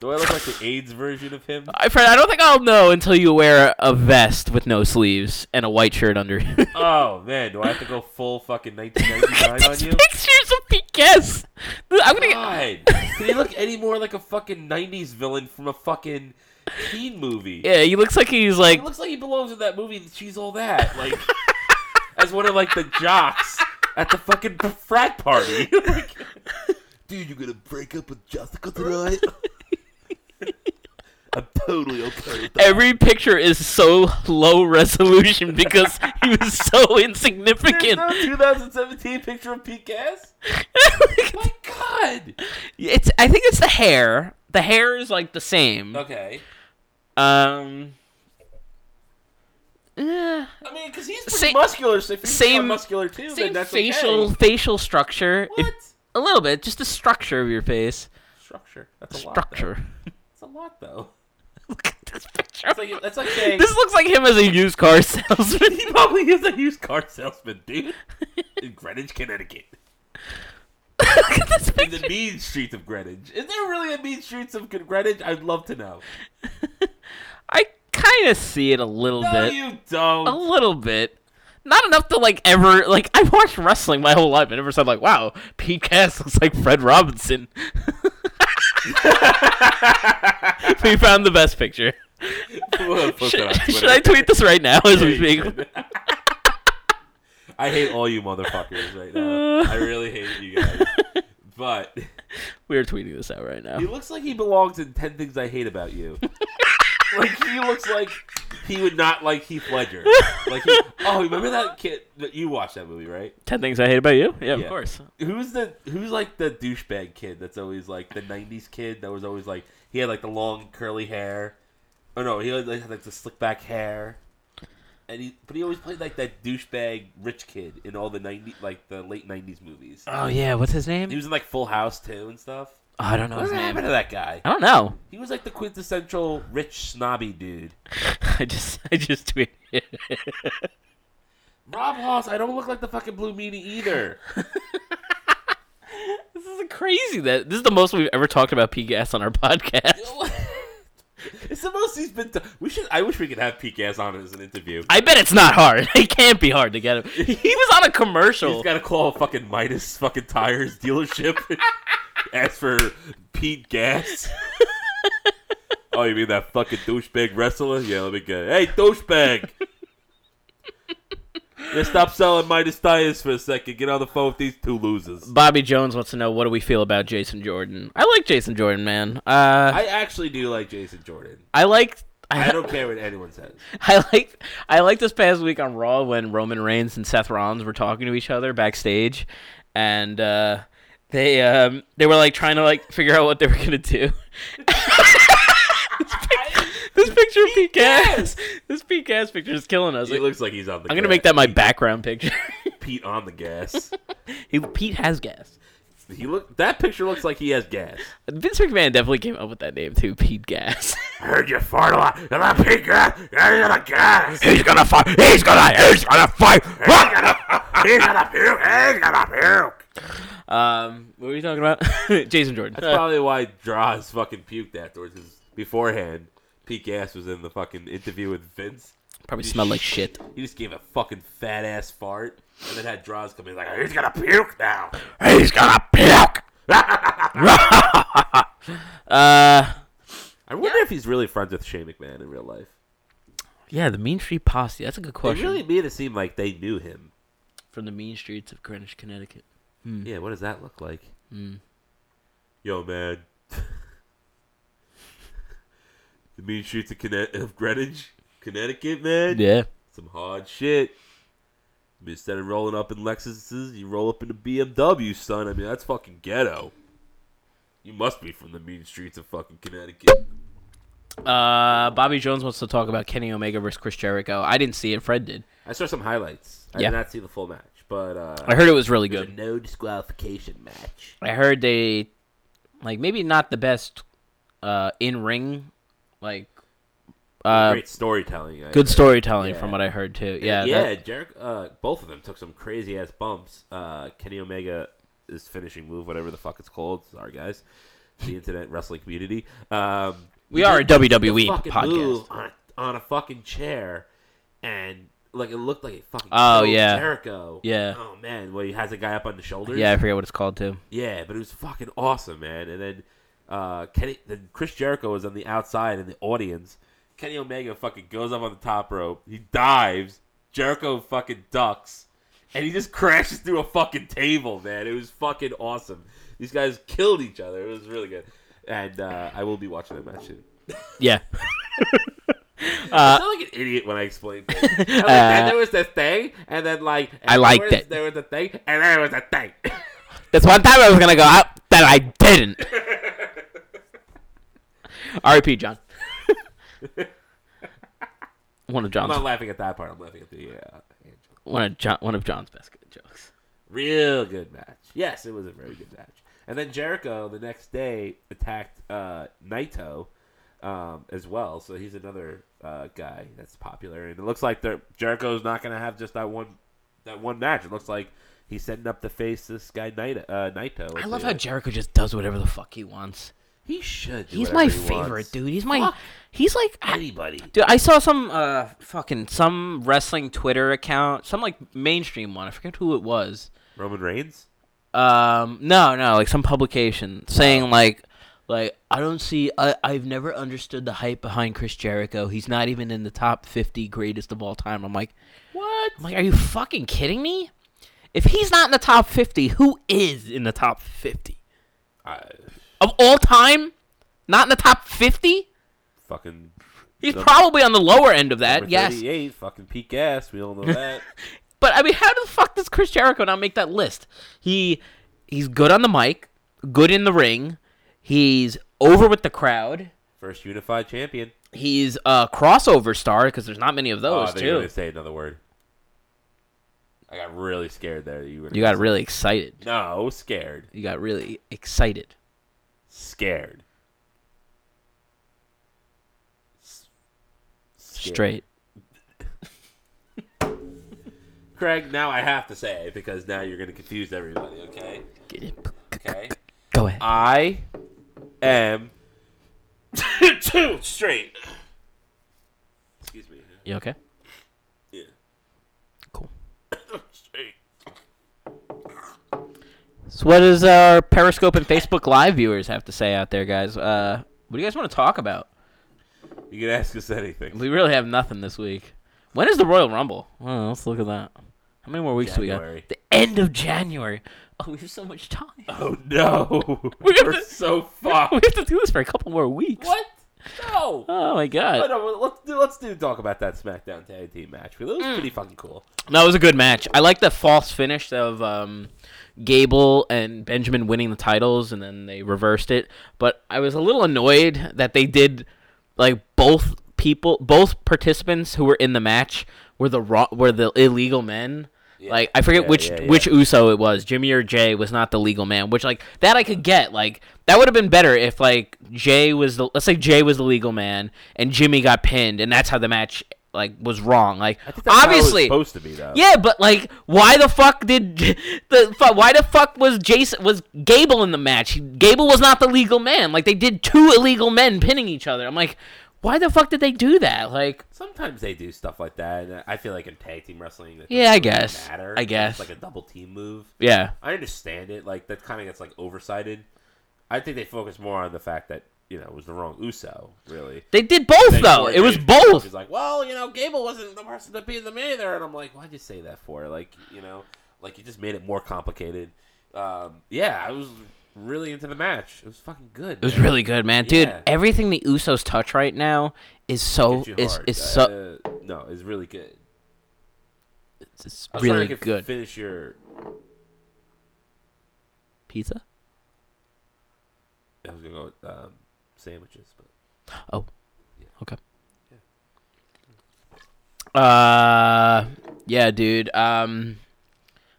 [SPEAKER 4] Do I look like the AIDS version of him?
[SPEAKER 3] I, Fred, I don't think I'll know until you wear a vest with no sleeves and a white shirt under.
[SPEAKER 4] Oh man, do I have to go full fucking 1999 on you?
[SPEAKER 3] Pictures of Pete guess. I'm gonna. get-
[SPEAKER 4] God, did he look any more like a fucking '90s villain from a fucking teen movie?
[SPEAKER 3] Yeah, he looks like he's like.
[SPEAKER 4] It looks like he belongs in that movie. She's all that, like as one of like the jocks at the fucking frat party. Like, Dude, you're gonna break up with Jessica tonight? I'm totally okay with that.
[SPEAKER 3] Every picture is so low resolution because he was so
[SPEAKER 4] There's
[SPEAKER 3] insignificant.
[SPEAKER 4] no 2017 picture of Pete Gas? My God.
[SPEAKER 3] it's. I think it's the hair. The hair is like the same.
[SPEAKER 4] Okay.
[SPEAKER 3] Um. eh,
[SPEAKER 4] I mean, because he's pretty
[SPEAKER 3] Sa-
[SPEAKER 4] muscular, so if he's not
[SPEAKER 3] same-
[SPEAKER 4] muscular too, then
[SPEAKER 3] same
[SPEAKER 4] that's
[SPEAKER 3] facial
[SPEAKER 4] okay.
[SPEAKER 3] facial structure. if-
[SPEAKER 4] What?
[SPEAKER 3] a little bit, just the structure of your face.
[SPEAKER 4] Structure. That's a lot.
[SPEAKER 3] Structure.
[SPEAKER 4] Though. That's a lot, though.
[SPEAKER 3] Look at this picture.
[SPEAKER 4] It's like, that's like saying
[SPEAKER 3] This looks like him as a used car salesman.
[SPEAKER 4] He probably is a used car salesman, dude. In Greenwich, Connecticut.
[SPEAKER 3] Look at this
[SPEAKER 4] In
[SPEAKER 3] picture.
[SPEAKER 4] the mean streets of Greenwich. Is there really a mean streets of Greenwich? I'd love to know.
[SPEAKER 3] I kind of see it a little
[SPEAKER 4] No,
[SPEAKER 3] bit.
[SPEAKER 4] you
[SPEAKER 3] a
[SPEAKER 4] don't.
[SPEAKER 3] little bit. Not enough to like ever like I watched wrestling my whole life and never said like wow Pete Cass looks like Fred Robinson. we found the best picture.
[SPEAKER 4] We'll post it on
[SPEAKER 3] Should, should
[SPEAKER 4] Twitter.
[SPEAKER 3] I tweet this right now as we
[SPEAKER 4] Yeah, you
[SPEAKER 3] speak?
[SPEAKER 4] should. I hate all you motherfuckers right now. I really hate you guys. But
[SPEAKER 3] We're tweeting this out right now.
[SPEAKER 4] he looks like he belongs in 10 Things I Hate About You. like, he looks like he would not like Heath Ledger. Like, he, oh, remember that kid? You watched that movie, right?
[SPEAKER 3] Ten things I hate about you. Yeah,
[SPEAKER 4] Yeah.
[SPEAKER 3] of course.
[SPEAKER 4] Who's the who's like the douchebag kid that's always like the '90s kid that was always like he had like the long curly hair. Oh no, he always had like the slick back hair. And he, but he always played like that douchebag rich kid in all the ninety, like the late '90s movies.
[SPEAKER 3] Oh yeah, what's his
[SPEAKER 4] He
[SPEAKER 3] name?
[SPEAKER 4] was in like Full House too and stuff.
[SPEAKER 3] Oh, I don't know
[SPEAKER 4] What
[SPEAKER 3] his name.
[SPEAKER 4] happened to
[SPEAKER 3] I
[SPEAKER 4] that guy?
[SPEAKER 3] don't know.
[SPEAKER 4] He was like the quintessential rich snobby dude.
[SPEAKER 3] I just I just tweeted. it.
[SPEAKER 4] Rob Hoss, I don't look like the fucking Blue Meanie either.
[SPEAKER 3] this is crazy that this is the most we've ever talked about Pete Cass on our podcast.
[SPEAKER 4] it's the most he's been. T- we should. I wish we could have Pete Gas on as an interview.
[SPEAKER 3] I bet it's not hard. It can't be hard to get him. He was on a commercial.
[SPEAKER 4] He's got to call a fucking Midas fucking tires dealership. Ask for Pete Gas. oh, you mean that fucking douchebag wrestler? Yeah, let me get. Hey, douchebag. Just stop selling Midas tires for a second. Get on the phone with these two losers.
[SPEAKER 3] Bobby Jones wants to know what do we feel about Jason Jordan? I like Jason Jordan, man. Uh, I,
[SPEAKER 4] I actually do like Jason Jordan.
[SPEAKER 3] like.
[SPEAKER 4] I
[SPEAKER 3] I,
[SPEAKER 4] don't care what anyone says.
[SPEAKER 3] I like I like this past week on Raw when Roman Reigns and Seth Rollins were talking to each other backstage, and uh, they um, they were like trying to like figure out what they were gonna do. this, pic- this picture of Pete Cass, this Pete Cass picture is killing us.
[SPEAKER 4] He
[SPEAKER 3] Like,
[SPEAKER 4] looks like he's on the.
[SPEAKER 3] I'm gonna make that my background picture.
[SPEAKER 4] Pete on the gas.
[SPEAKER 3] he, Pete has gas.
[SPEAKER 4] He look. That picture looks like he has gas.
[SPEAKER 3] Vince McMahon definitely came up with that name too, Pete Gas.
[SPEAKER 4] I heard you fart a lot. And I Pete gas. I got a gas.
[SPEAKER 6] He's gonna fight. He's gonna. He's gonna fight.
[SPEAKER 4] He's gonna puke. He's gonna puke.
[SPEAKER 3] um, what were you talking about? Jason Jordan.
[SPEAKER 4] That's probably why Draws fucking puked afterwards. Because beforehand, Pete Gas was in the fucking interview with Vince.
[SPEAKER 3] probably smelled like shit.
[SPEAKER 4] He just gave a fucking fat ass fart, and then had Draws come in like, "He's gonna puke now."
[SPEAKER 6] He's gonna puke.
[SPEAKER 3] Uh,
[SPEAKER 4] I wonder if he's really friends with Shane McMahon in real life.
[SPEAKER 3] yeah, the Mean Street Posse. That's a good
[SPEAKER 4] They
[SPEAKER 3] question.
[SPEAKER 4] really made it seem like they knew him.
[SPEAKER 3] From the mean streets of Greenwich, Connecticut.
[SPEAKER 4] Yeah, what does that look like? Hmm. Yo, man. the mean streets of, Conne- of Greenwich, Connecticut, man.
[SPEAKER 3] Yeah.
[SPEAKER 4] Some hard shit. I mean, instead of rolling up in Lexuses, you roll up in a BMW, son. I mean, that's fucking ghetto. You must be from the mean streets of fucking Connecticut.
[SPEAKER 3] Uh, Bobby Jones wants to talk about Kenny Omega versus Chris Jericho. I didn't see it. Fred did.
[SPEAKER 4] I saw some highlights. I
[SPEAKER 3] Yeah.
[SPEAKER 4] did not see the full match, but uh,
[SPEAKER 3] I heard it was really
[SPEAKER 4] it was a
[SPEAKER 3] good.
[SPEAKER 4] no disqualification match.
[SPEAKER 3] I heard they, like, maybe not the best, uh, in ring, like, uh,
[SPEAKER 4] Great storytelling. I
[SPEAKER 3] good
[SPEAKER 4] heard.
[SPEAKER 3] storytelling
[SPEAKER 4] Yeah.
[SPEAKER 3] from what I heard too. Yeah.
[SPEAKER 4] Yeah, yeah.
[SPEAKER 3] that-
[SPEAKER 4] Jericho, uh, both of them took some crazy ass bumps. Uh, Kenny Omega is finishing move, whatever the fuck it's called. Sorry, guys. The internet wrestling community. Um,
[SPEAKER 3] we are a
[SPEAKER 4] did the
[SPEAKER 3] WWE
[SPEAKER 4] fucking
[SPEAKER 3] podcast.
[SPEAKER 4] move on a, on a fucking chair, and like it looked like a fucking
[SPEAKER 3] Oh,
[SPEAKER 4] Chris
[SPEAKER 3] yeah.
[SPEAKER 4] Jericho.
[SPEAKER 3] Yeah.
[SPEAKER 4] Oh man, where he has a guy up on the shoulders.
[SPEAKER 3] Yeah, I forget what it's called too.
[SPEAKER 4] Yeah, but it was fucking awesome, man. And then uh, Kenny, then Chris Jericho was on the outside in the audience. Kenny Omega fucking goes up on the top rope. He dives. Jericho fucking ducks, and he just crashes through a fucking table, man. It was fucking awesome. These guys killed each other. It was really good. And uh, I will be watching that match soon.
[SPEAKER 3] Yeah. Uh,
[SPEAKER 4] I sound like an idiot when I explain things. I'm like, then there was this thing, and then like and
[SPEAKER 3] I liked
[SPEAKER 4] there was,
[SPEAKER 3] it.
[SPEAKER 4] There was a thing, and there was a thing.
[SPEAKER 3] That's one time I was gonna go out that I didn't. R.I.P. John. one of
[SPEAKER 4] I'm not
[SPEAKER 3] John's
[SPEAKER 4] laughing at that part. I'm laughing at the uh, yeah.
[SPEAKER 3] one of John, one of John's best jokes.
[SPEAKER 4] Real good match. Yes, it was a very good match. And then Jericho the next day attacked uh, Naito um, as well. So he's another uh, guy that's popular. And it looks like they're- Jericho's not going to have just that one that one match. It looks like he's setting up to face this guy Naito. Uh, Naito
[SPEAKER 3] I love how Jericho just does whatever the fuck he wants.
[SPEAKER 4] he should. do
[SPEAKER 3] He's my
[SPEAKER 4] whatever he
[SPEAKER 3] favorite,
[SPEAKER 4] wants.
[SPEAKER 3] dude. He's my
[SPEAKER 4] Fuck.
[SPEAKER 3] he's like I-
[SPEAKER 4] Anybody.
[SPEAKER 3] Dude, I saw some uh fucking some wrestling Twitter account, some like mainstream one. I forget who it was.
[SPEAKER 4] Roman Reigns.
[SPEAKER 3] um no no like some publication saying like like i don't see I, i've never understood the hype behind chris jericho he's not even in the top 50 greatest of all time i'm like what i'm like are you fucking kidding me if he's not in the top 50 who is in the top 50
[SPEAKER 4] I
[SPEAKER 3] of all time not in the top 50
[SPEAKER 4] fucking
[SPEAKER 3] he's
[SPEAKER 4] Number-
[SPEAKER 3] probably on the lower end of that
[SPEAKER 4] number
[SPEAKER 3] yes
[SPEAKER 4] 38, fucking peak ass. We all know that.
[SPEAKER 3] But I mean, how the fuck does Chris Jericho not make that list? He he's good on the mic, good in the ring. He's over with the crowd.
[SPEAKER 4] First unified champion.
[SPEAKER 3] He's a crossover star because there's not many of
[SPEAKER 4] Oh,
[SPEAKER 3] those
[SPEAKER 4] I thought you were
[SPEAKER 3] too.
[SPEAKER 4] gonna say another word. I got really scared there. that You were.
[SPEAKER 3] You got really excited.
[SPEAKER 4] no scared,
[SPEAKER 3] You got really excited.
[SPEAKER 4] scared. S- scared.
[SPEAKER 3] Straight.
[SPEAKER 4] Craig. Now I have to say it because now you're gonna confuse everybody. Okay. Okay.
[SPEAKER 3] Go
[SPEAKER 4] Uh,
[SPEAKER 3] ahead.
[SPEAKER 4] I am two straight. Excuse me.
[SPEAKER 3] You okay?
[SPEAKER 4] Yeah.
[SPEAKER 3] Cool.
[SPEAKER 4] Straight.
[SPEAKER 3] So, what does our Periscope and Facebook Live viewers have to say out there, guys? Uh, what do you guys want to talk about?
[SPEAKER 4] You can ask us anything.
[SPEAKER 3] We really have nothing this week. When is the Royal Rumble? Oh, let's look at that. How many more weeks do we
[SPEAKER 4] January.
[SPEAKER 3] got? The end of January. Oh, we have so much time.
[SPEAKER 4] Oh no!
[SPEAKER 3] We have
[SPEAKER 4] We're
[SPEAKER 3] to-
[SPEAKER 4] so
[SPEAKER 3] we
[SPEAKER 4] fucked.
[SPEAKER 3] have to do this for a couple more weeks.
[SPEAKER 4] what? No.
[SPEAKER 3] Oh my
[SPEAKER 4] Oh,
[SPEAKER 3] god.
[SPEAKER 4] no, well, let's do let's do talk about that SmackDown tag team match. Well, It
[SPEAKER 3] Hmm.
[SPEAKER 4] was pretty fucking cool.
[SPEAKER 3] No, it was a good match. I like the false finish of um, Gable and Benjamin winning the titles, and then they reversed it. But I was a little annoyed that they did like both people, both participants who were in the match were the raw, were the illegal men. Like I forget
[SPEAKER 4] Yeah,
[SPEAKER 3] which
[SPEAKER 4] yeah, yeah.
[SPEAKER 3] which Uso it was, Jimmy or Jay was not the legal man. Which like that I could get. Like that would have been better if like Jay was the let's say Jay was the legal man and Jimmy got pinned, and that's how the match like was wrong. Like
[SPEAKER 4] That's how it was
[SPEAKER 3] obviously
[SPEAKER 4] supposed to be though.
[SPEAKER 3] yeah, but like, why the fuck did the fu- why the fuck was Jason was Gable in the match? Gable was not the legal man. Like they did two illegal men pinning each other. I'm like, why the fuck did they do that? Like,
[SPEAKER 4] Sometimes they do stuff like that, and I feel like in tag team wrestling, that
[SPEAKER 3] Yeah, I
[SPEAKER 4] doesn't
[SPEAKER 3] guess.
[SPEAKER 4] matter.
[SPEAKER 3] I
[SPEAKER 4] It's
[SPEAKER 3] guess.
[SPEAKER 4] like a double team move.
[SPEAKER 3] yeah,
[SPEAKER 4] I understand it. Like that kind of gets like oversighted. I think they focus more on the fact that you know it was the wrong Uso, really.
[SPEAKER 3] they did both
[SPEAKER 4] Thank
[SPEAKER 3] though.
[SPEAKER 4] you,
[SPEAKER 3] It was
[SPEAKER 4] Dave.
[SPEAKER 3] both.
[SPEAKER 4] He's like, well, you know, Gable wasn't the person to be in the man there, and I'm like, why'd you say that for? Like, you know, like you just made it more complicated. Um, yeah, I was really into the match. It was fucking good.
[SPEAKER 3] It was really good, man, dude.
[SPEAKER 4] Yeah.
[SPEAKER 3] Everything the Usos touch right now is so is is so
[SPEAKER 4] uh, no, it's really good.
[SPEAKER 3] it's
[SPEAKER 4] I was trying
[SPEAKER 3] really
[SPEAKER 4] to get-
[SPEAKER 3] good.
[SPEAKER 4] Finish your.
[SPEAKER 3] Pizza?
[SPEAKER 4] I was gonna go with, um, sandwiches, but
[SPEAKER 3] Oh, okay. Uh, yeah, dude. Um,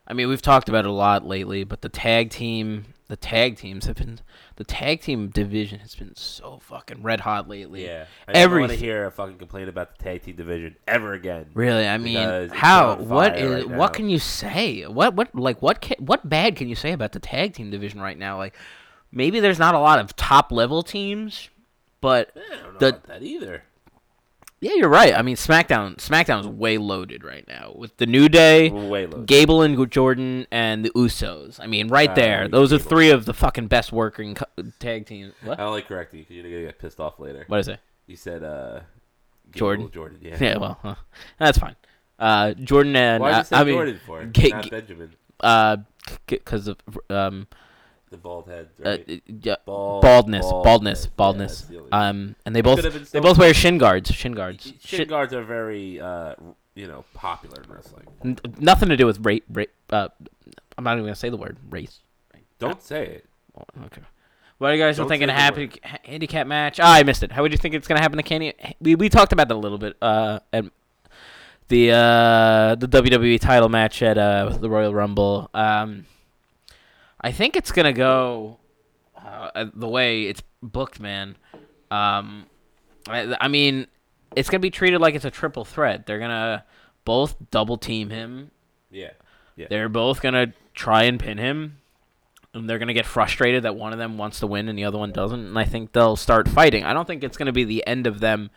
[SPEAKER 3] I mean, we've talked about it a lot lately, but the tag team, the tag teams have been, the tag team division has been so fucking red hot lately.
[SPEAKER 4] yeah, I never want to
[SPEAKER 3] everything.
[SPEAKER 4] hear a fucking complaint about the tag team division ever again.
[SPEAKER 3] Really, I mean,
[SPEAKER 4] Because it's
[SPEAKER 3] how?
[SPEAKER 4] on
[SPEAKER 3] What
[SPEAKER 4] fire
[SPEAKER 3] is?
[SPEAKER 4] right
[SPEAKER 3] what
[SPEAKER 4] now.
[SPEAKER 3] can you say? What? What? Like, what? Can, what bad can you say about the tag team division right now? Like, maybe there's not a lot of top level teams, but
[SPEAKER 4] Eh, I don't know
[SPEAKER 3] The-
[SPEAKER 4] about that either.
[SPEAKER 3] Yeah, you're right. I mean, SmackDown SmackDown's way loaded right now with the New Day,
[SPEAKER 4] Way loaded.
[SPEAKER 3] Gable and Jordan, and the Usos. I mean, right
[SPEAKER 4] Ah,
[SPEAKER 3] there,
[SPEAKER 4] we
[SPEAKER 3] those are
[SPEAKER 4] Gable. Oh.
[SPEAKER 3] try three of the fucking best working co- tag teams.
[SPEAKER 4] I
[SPEAKER 3] What?
[SPEAKER 4] only correct you because you're gonna get pissed off later.
[SPEAKER 3] What is it?
[SPEAKER 4] You said uh, Gable,
[SPEAKER 3] Jordan?
[SPEAKER 4] Jordan, yeah.
[SPEAKER 3] Yeah, well, huh. that's fine. Uh, Jordan and
[SPEAKER 4] Why did
[SPEAKER 3] uh,
[SPEAKER 4] you say
[SPEAKER 3] I mean,
[SPEAKER 4] Jordan for?
[SPEAKER 3] Ga-
[SPEAKER 4] Not
[SPEAKER 3] Ga-
[SPEAKER 4] Benjamin,
[SPEAKER 3] uh, because of um,
[SPEAKER 4] the bald head.
[SPEAKER 3] uh,
[SPEAKER 4] Right?
[SPEAKER 3] yeah,
[SPEAKER 4] Bald-
[SPEAKER 3] baldness,
[SPEAKER 4] bald
[SPEAKER 3] baldness,
[SPEAKER 4] head. Yeah,
[SPEAKER 3] baldness.
[SPEAKER 4] that's the only-
[SPEAKER 3] um, and they both
[SPEAKER 4] could have been
[SPEAKER 3] they
[SPEAKER 4] so-
[SPEAKER 3] both wear shin guards, shin guards.
[SPEAKER 4] Shin
[SPEAKER 3] Shin-
[SPEAKER 4] guards are very uh, you know popular in wrestling.
[SPEAKER 3] n- nothing to do with race. Ra- uh, I'm not even gonna say the word race.
[SPEAKER 4] Don't say it.
[SPEAKER 3] Oh, Okay. What are you guys
[SPEAKER 4] Don't
[SPEAKER 3] thinking?
[SPEAKER 4] say
[SPEAKER 3] A
[SPEAKER 4] the
[SPEAKER 3] happy ha- handicap match? Ah, I missed it. How would you think it's gonna happen to Kenny? We we talked about that a little bit. Uh, at the uh the WWE title match at uh the Royal Rumble. Um, I think it's gonna go uh, uh, the way it's booked, man. Um, I, I mean, it's gonna be treated like it's a triple threat. They're gonna both double team him.
[SPEAKER 4] Yeah. Yeah.
[SPEAKER 3] They're both gonna try and pin him, and they're gonna get frustrated that one of them wants to win and the other one doesn't. And I think they'll start fighting. I don't think it's gonna be the end of them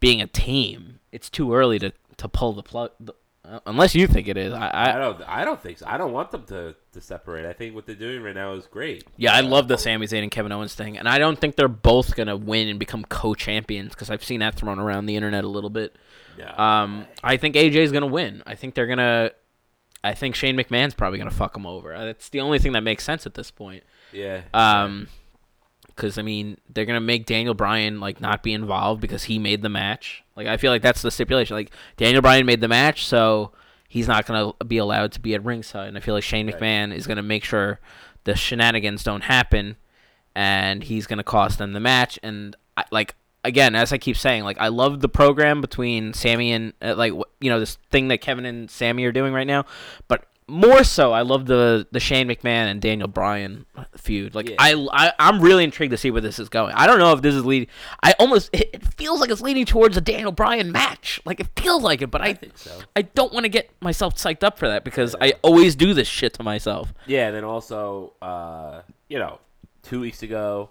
[SPEAKER 3] being a team. It's too early to, to pull the plug, the- uh, unless you think it is. I, I,
[SPEAKER 4] I don't. I don't think so. I don't want them to, to separate. I think what they're doing right now is great.
[SPEAKER 3] yeah, I love the Sami Zayn and Kevin Owens thing, and I don't think they're both gonna win and become co-champions because I've seen that thrown around the internet a little bit.
[SPEAKER 4] Yeah.
[SPEAKER 3] Um, I think AJ's gonna win. I think they're gonna. I think Shane McMahon's probably gonna fuck him over. Uh, That's the only thing that makes sense at this point.
[SPEAKER 4] yeah.
[SPEAKER 3] Um, because I mean, they're gonna make Daniel Bryan like not be involved because he made the match. Like I feel like that's the stipulation. Like Daniel Bryan made the match, so he's not gonna be allowed to be at ringside. And I feel like Shane McMahon is gonna make sure the shenanigans don't happen, and he's gonna cost them the match. And I, like again, as I keep saying, like I love the program between Sammy and uh, like wh- you know this thing that Kevin and Sammy are doing right now, but more so, I love the the Shane McMahon and Daniel Bryan feud. Like
[SPEAKER 4] Yeah.
[SPEAKER 3] I, I I'm really intrigued to see where this is going. I don't know if this is lead. I almost it, it feels like it's leading towards a Daniel Bryan match. Like it feels like it, but I,
[SPEAKER 4] think so.
[SPEAKER 3] I don't want to get myself psyched up for that because I always do this shit to myself.
[SPEAKER 4] Yeah, and then also, uh, you know, two weeks ago,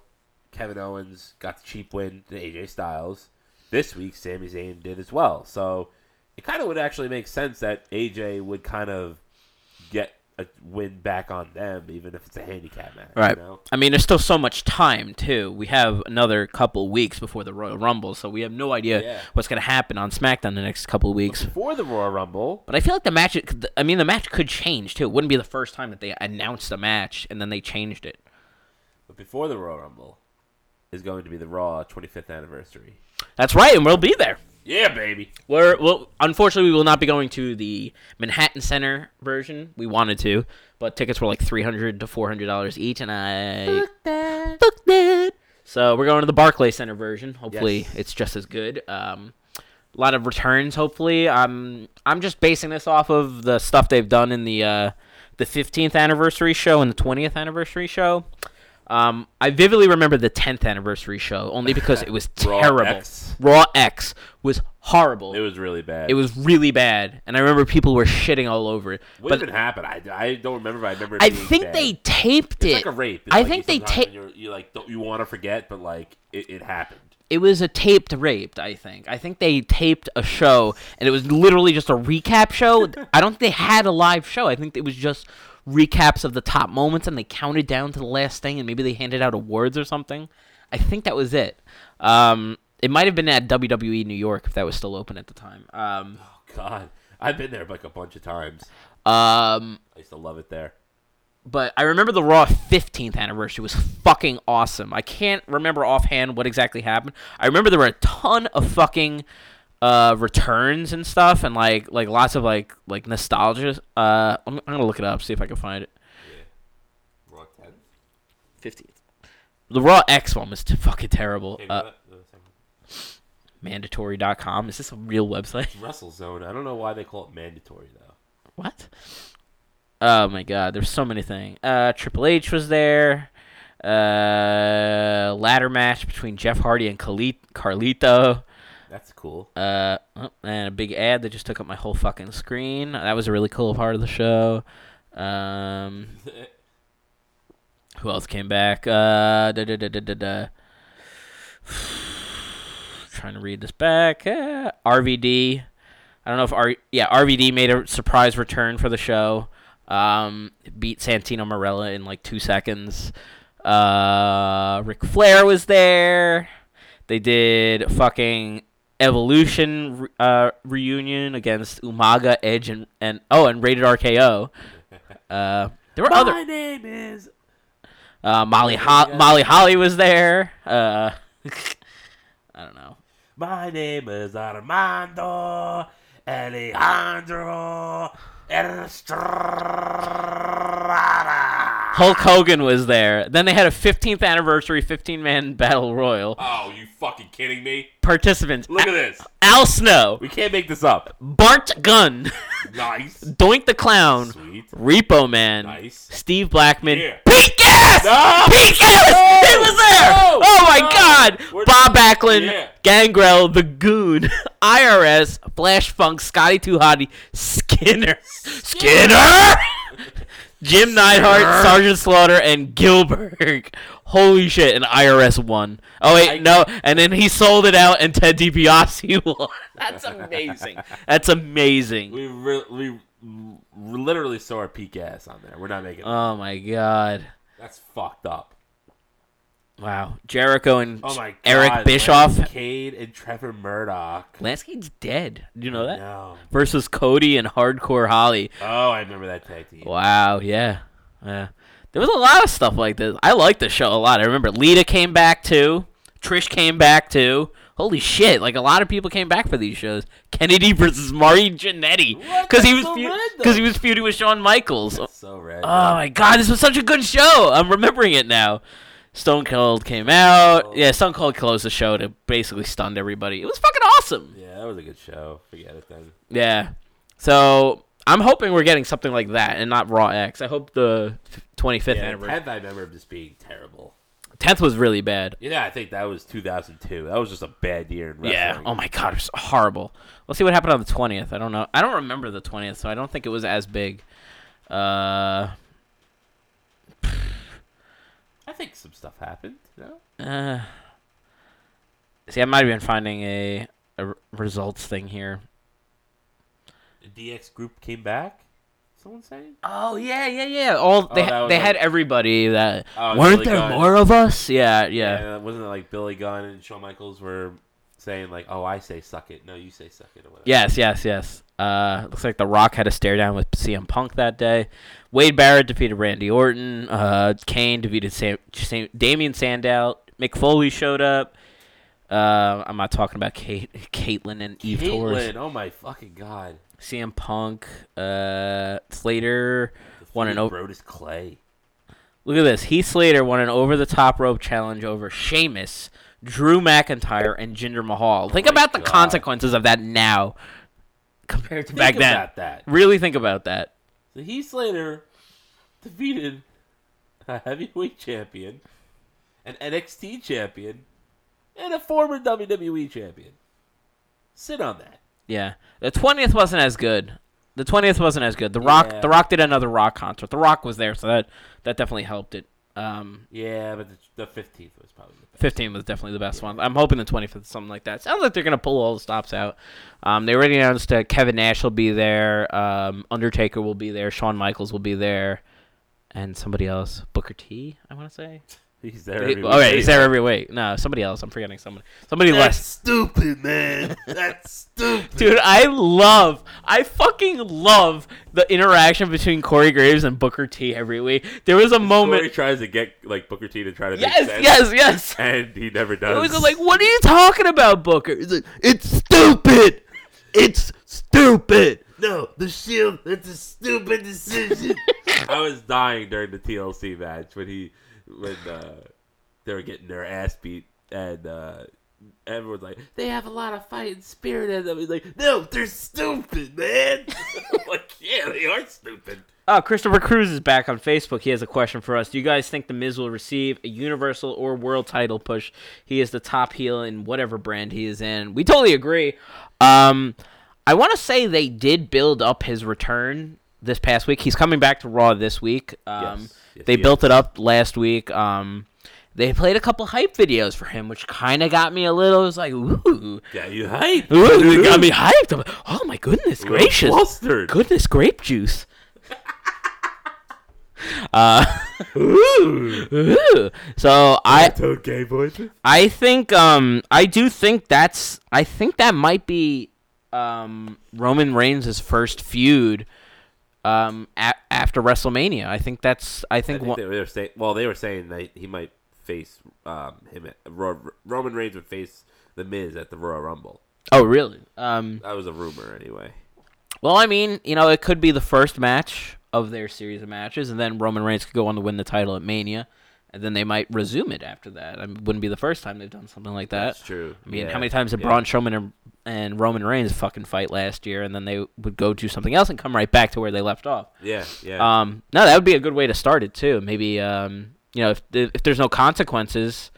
[SPEAKER 4] Kevin Owens got the cheap win to AJ Styles. This week, Sami Zayn did as well. So it kind of would actually make sense that AJ would kind of get a win back on them, even if it's a handicap match.
[SPEAKER 3] Right.
[SPEAKER 4] You know?
[SPEAKER 3] I mean, there's still so much time too. We have another couple weeks before the Royal Rumble, so we have no idea
[SPEAKER 4] Yeah.
[SPEAKER 3] what's gonna happen on SmackDown the next couple weeks.
[SPEAKER 4] For the Royal Rumble,
[SPEAKER 3] But I feel like the match. I mean, the match could change too. It wouldn't be the first time that they announced a match and then they changed it.
[SPEAKER 4] but before the Royal Rumble, is going to be the Raw 25th anniversary.
[SPEAKER 3] That's right, and we'll be there.
[SPEAKER 4] Yeah, baby.
[SPEAKER 3] We're well. Unfortunately, we will not be going to the Manhattan Center version. We wanted to, but tickets were like three hundred to four hundred dollars each, and I fuck that. So we're going to the Barclay Center version. Hopefully,
[SPEAKER 4] Yes.
[SPEAKER 3] it's just as good. Um, a lot of returns. Hopefully, I'm I'm just basing this off of the stuff they've done in the uh, the 15th anniversary show and the 20th anniversary show. Um, I vividly remember the 10th anniversary show only because it was
[SPEAKER 4] Raw
[SPEAKER 3] terrible.
[SPEAKER 4] X.
[SPEAKER 3] Raw X was horrible.
[SPEAKER 4] It was really bad.
[SPEAKER 3] It was really bad, and I remember people were shitting all over it.
[SPEAKER 4] What
[SPEAKER 3] but
[SPEAKER 4] even happened? I, I don't remember. I remember. It
[SPEAKER 3] I
[SPEAKER 4] being
[SPEAKER 3] think
[SPEAKER 4] bad.
[SPEAKER 3] they taped
[SPEAKER 4] It's
[SPEAKER 3] it.
[SPEAKER 4] like a rape. It's
[SPEAKER 3] I
[SPEAKER 4] like
[SPEAKER 3] think
[SPEAKER 4] you
[SPEAKER 3] they
[SPEAKER 4] sometimes
[SPEAKER 3] taped.
[SPEAKER 4] you're- You like don't you want to forget, but like it, it happened.
[SPEAKER 3] It was a taped rape. I think. I think they taped a show, and it was literally just a recap show. I don't think they had a live show. I think it was just recaps of the top moments, and they counted down to the last thing, and maybe they handed out awards or something. I think that was it. Um, it might have been at WWE New York if that was still open at the time. Um,
[SPEAKER 4] Oh God, I've been there like a bunch of times.
[SPEAKER 3] um,
[SPEAKER 4] I used to love it there.
[SPEAKER 3] but I remember the Raw 15th anniversary was fucking awesome. I can't remember offhand what exactly happened. I remember there were a ton of fucking uh, returns and stuff, and like like lots of like like nostalgia. Uh, I'm, I'm gonna look it up, see if I can find it.
[SPEAKER 4] Raw 10?
[SPEAKER 3] 15th. The Raw X one was t- fucking terrible. Uh, mandatory.com. Is this a real website?
[SPEAKER 4] Wrestle Zone. I don't know why they call it mandatory though.
[SPEAKER 3] What? Oh my god, there's so many things. Uh, Triple H was there. Uh, ladder match between Jeff Hardy and Khali- Carlito.
[SPEAKER 4] That's cool.
[SPEAKER 3] Uh, oh, and a big ad that just took up my whole fucking screen. That was a really cool part of the show. Um, who else came back? Uh, da da da da da. da. trying to read this back. Uh, RVD. I don't know if R. Yeah, RVD made a surprise return for the show. Um, beat Santino Morella in like two seconds. Uh, Ric Flair was there. They did fucking Evolution re- uh, reunion against Umaga, Edge, and, and oh, and Rated RKO. Uh, there were other.
[SPEAKER 4] My name is.
[SPEAKER 3] Uh, Molly Ho- Molly Holly was there. Uh, I don't know.
[SPEAKER 4] My name is Armando Alejandro Estrada.
[SPEAKER 3] Hulk Hogan was there. Then they had a 15th anniversary 15 man battle royal.
[SPEAKER 4] Oh, you fucking kidding me?
[SPEAKER 3] Participants:
[SPEAKER 4] Look at this.
[SPEAKER 3] Al Snow,
[SPEAKER 4] We can't make this up.
[SPEAKER 3] Bart Gunn,
[SPEAKER 4] Nice.
[SPEAKER 3] Doink the Clown,
[SPEAKER 4] Sweet.
[SPEAKER 3] Repo Man,
[SPEAKER 4] Nice.
[SPEAKER 3] Steve Blackman,
[SPEAKER 4] Yeah.
[SPEAKER 3] Pete Gas,
[SPEAKER 4] No!
[SPEAKER 3] Pete Gas, he was there.
[SPEAKER 4] No!
[SPEAKER 3] oh my
[SPEAKER 4] No!
[SPEAKER 3] God!
[SPEAKER 4] Oh, We're-
[SPEAKER 3] Bob Backlund,
[SPEAKER 4] Yeah.
[SPEAKER 3] Gangrel, The Goon, IRS, Flash Funk, Scotty Too Hottie, Skinner, Skinner, Jim Neidhart, Sergeant Slaughter, and Gilbert. Holy shit! And IRS won. Oh wait, no. And then he sold it out, and Ted DiBiase won. That's amazing. That's amazing.
[SPEAKER 4] We re- we r- literally saw our peak ass on there. We're not making.
[SPEAKER 3] Oh my god.
[SPEAKER 4] That's fucked up.
[SPEAKER 3] Wow. Jericho and
[SPEAKER 4] Oh my god.
[SPEAKER 3] Eric Bischoff.
[SPEAKER 4] Lance Cade and Trevor Murdoch.
[SPEAKER 3] Lance Cade's dead. Do you know that?
[SPEAKER 4] No.
[SPEAKER 3] Versus Cody and Hardcore Holly.
[SPEAKER 4] Oh, I remember that tag team.
[SPEAKER 3] Wow, yeah. Yeah. There was a lot of stuff like this. I liked the show a lot. I remember Lita came back too. Trish came back too. Holy shit, like a lot of people came back for these shows. Kennedy versus Marty Jannetty.
[SPEAKER 4] What?
[SPEAKER 3] Cuz he was
[SPEAKER 4] That's so random.
[SPEAKER 3] cuz he was feuding with Shawn Michaels.
[SPEAKER 4] So red.
[SPEAKER 3] Oh my god, this was such a good show. I'm remembering it now. Stone Cold came out.
[SPEAKER 4] Oh.
[SPEAKER 3] Yeah, Stone Cold closed the show to basically stunned everybody. It was fucking awesome.
[SPEAKER 4] yeah, that was a good show. Forget it then.
[SPEAKER 3] Yeah. So I'm hoping we're getting something like that and not Raw X. I hope the 25th
[SPEAKER 4] Yeah,
[SPEAKER 3] anniversary.
[SPEAKER 4] tenth I remember just being terrible.
[SPEAKER 3] 10th was really bad.
[SPEAKER 4] Yeah, I think that was 2002. That was just a bad year in wrestling.
[SPEAKER 3] Yeah. Oh my god, it was horrible. We'll see what happened on the 20th. I don't know. I don't remember the 20th, so I don't think it was as big. Uh,
[SPEAKER 4] I think some stuff happened. No.
[SPEAKER 3] uh See, I might have been finding a, a r- results thing here.
[SPEAKER 4] The DX group came back. Someone saying?
[SPEAKER 3] Oh yeah, yeah, yeah. All they
[SPEAKER 4] that was
[SPEAKER 3] they
[SPEAKER 4] like-
[SPEAKER 3] had everybody that
[SPEAKER 4] Oh,
[SPEAKER 3] weren't
[SPEAKER 4] Billy
[SPEAKER 3] there
[SPEAKER 4] Gunn.
[SPEAKER 3] more of us? Yeah, yeah,
[SPEAKER 4] Yeah, uh, wasn't it like Billy Gunn and Shawn Michaels were saying like, "Oh, I say suck it. No, you say suck it." Or whatever.
[SPEAKER 3] Yes, yes, yes. Uh, looks like The Rock had a stare down with CM Punk that day. Wade Barrett defeated Randy Orton. Uh, Kane defeated Sam, Sam, Damian Sandow. Mick Foley showed up. Uh, I'm not talking about Kate, Caitlyn and Eve Torres.
[SPEAKER 4] Caitlyn, oh my fucking god.
[SPEAKER 3] CM Punk. Uh, Slater won an
[SPEAKER 4] Dude,
[SPEAKER 3] over.
[SPEAKER 4] Brodus Clay.
[SPEAKER 3] Look at this. Heath Slater won an over the top rope challenge over Sheamus, Drew McIntyre, and Jinder Mahal. Think about the
[SPEAKER 4] God.
[SPEAKER 3] consequences of that now compared to back
[SPEAKER 4] Think
[SPEAKER 3] then.
[SPEAKER 4] about that.
[SPEAKER 3] Really think about that.
[SPEAKER 4] So Heath Slater defeated a heavyweight champion, an NXT champion, and a former WWE champion. Sit on that.
[SPEAKER 3] Yeah. The twentieth wasn't as good. The twentieth wasn't as good. The Rock
[SPEAKER 4] Yeah.
[SPEAKER 3] The Rock did another Rock concert. The Rock was there, so that that definitely helped it. Um,
[SPEAKER 4] Yeah, but the fifteenth was probably the best.
[SPEAKER 3] fifteen was definitely the best one. I'm hoping the twenty fifth something like that. Sounds like they're gonna pull all the stops out. Um, they already announced that Kevin Nash will be there. Um, Undertaker will be there. Shawn Michaels will be there, and somebody else, Booker T. I want to say.
[SPEAKER 4] He's there.
[SPEAKER 3] Okay,
[SPEAKER 4] Every
[SPEAKER 3] he's there every week. No, somebody else. I'm forgetting somebody. Somebody
[SPEAKER 4] That's
[SPEAKER 3] less.
[SPEAKER 4] stupid, man. That's stupid.
[SPEAKER 3] Dude, I love, I fucking love the interaction between Corey Graves and Booker T every week. There was a
[SPEAKER 4] Corey
[SPEAKER 3] moment.
[SPEAKER 4] tries to get like Booker T to try to
[SPEAKER 3] Yes,
[SPEAKER 4] make sense,
[SPEAKER 3] yes, yes.
[SPEAKER 4] and he never
[SPEAKER 3] I
[SPEAKER 4] does.
[SPEAKER 3] was like, what are you talking about, Booker? He's like, it's stupid. It's stupid.
[SPEAKER 4] no, the Shield. That's a stupid decision. I was dying during the TLC match when he when uh, they were getting their ass beat, and uh, everyone's like, they have a lot of fighting spirit in them. He's like, no, they're stupid, man. I'm like, yeah, they are stupid.
[SPEAKER 3] Oh, Christopher Cruz is back on Facebook. He has a question for us. Do you guys think The Miz will receive a Universal or World title push? He is the top heel in whatever brand he is in. We totally agree. Um, I want to say they did build up his return this past week. He's coming back to Raw this week. Um,
[SPEAKER 4] Yes. Yes,
[SPEAKER 3] they
[SPEAKER 4] he
[SPEAKER 3] built it up last week. Um, They played a couple hype videos for him, which kind of got me a little. It was like, ooh,
[SPEAKER 4] Yeah, you hype.
[SPEAKER 3] ooh, it got me hyped. I'm like, oh my goodness gracious,
[SPEAKER 4] Flustered.
[SPEAKER 3] goodness grape juice.
[SPEAKER 4] Ooh.
[SPEAKER 3] Ooh. Uh, So I,
[SPEAKER 4] Toad gay voices.
[SPEAKER 3] I think, um, I do think that's, I think that might be, um, Roman Reigns' first feud, um, a- after WrestleMania. I think that's, I
[SPEAKER 4] I
[SPEAKER 3] think,
[SPEAKER 4] think
[SPEAKER 3] one,
[SPEAKER 4] they were saying. Well, they were saying that he might face um, him. At, Ro- Roman Reigns would face the Miz at the Royal Rumble.
[SPEAKER 3] oh really? Um,
[SPEAKER 4] That was a rumor, anyway.
[SPEAKER 3] Well, I mean, you know, it could be the first match of their series of matches, and then Roman Reigns could go on to win the title at Mania, and then they might resume it after that. I mean, it wouldn't be the first time they've done something like that.
[SPEAKER 4] That's true.
[SPEAKER 3] Uh, I mean,
[SPEAKER 4] Yeah,
[SPEAKER 3] how many times did
[SPEAKER 4] yeah.
[SPEAKER 3] Braun Strowman and, and Roman Reigns fucking fight last year, and then they would go do something else and come right back to where they left off?
[SPEAKER 4] Yeah, yeah.
[SPEAKER 3] Um, no, that would be a good way to start it too. Maybe um, you know, if the, if there's no consequences,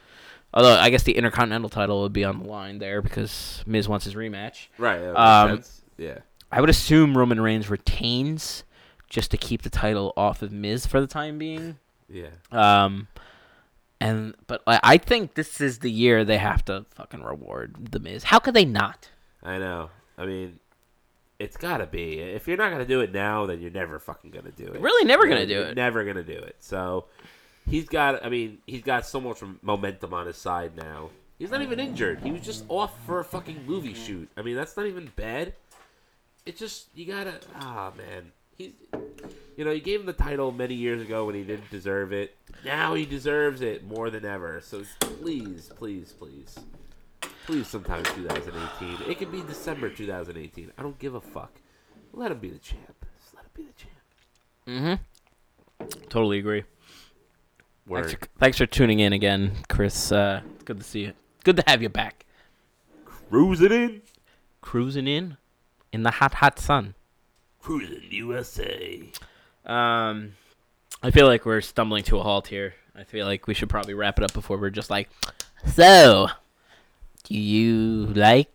[SPEAKER 3] although I guess the Intercontinental title would be on the line there because Miz wants his rematch.
[SPEAKER 4] right. that makes
[SPEAKER 3] um,
[SPEAKER 4] sense. yeah.
[SPEAKER 3] I would assume Roman Reigns retains just to keep the title off of Miz for the time being.
[SPEAKER 4] Yeah.
[SPEAKER 3] Um, and but I, I think this is the year they have to fucking reward the Miz. How could they not?
[SPEAKER 4] I know. I mean, it's gotta be. If you're not gonna do it now, then you're never fucking gonna do it.
[SPEAKER 3] Really never
[SPEAKER 4] You're
[SPEAKER 3] gonna do it.
[SPEAKER 4] Never gonna do it. So he's got. I mean, he's got so much momentum on his side now. He's not even injured. He was just off for a fucking movie shoot. I mean, that's not even bad. It's just you gotta. Ah, man. He's. You know, you gave him the title many years ago when he didn't deserve it. Now he deserves it more than ever. So please, please, please. Please, sometime 2018. It could be December 2018. I don't give a fuck. Let him be the champ. Just let him be the champ.
[SPEAKER 3] Totally agree.
[SPEAKER 4] Word.
[SPEAKER 3] Thanks for, thanks for tuning in again, Chris. Uh, it's good to see you. Good to have you back.
[SPEAKER 4] Cruise it in.
[SPEAKER 3] Cruising in, in the hot hot sun.
[SPEAKER 4] Cruising USA.
[SPEAKER 3] Um, I feel like we're stumbling to a halt here. I feel like we should probably wrap it up before we're just like, so, do you like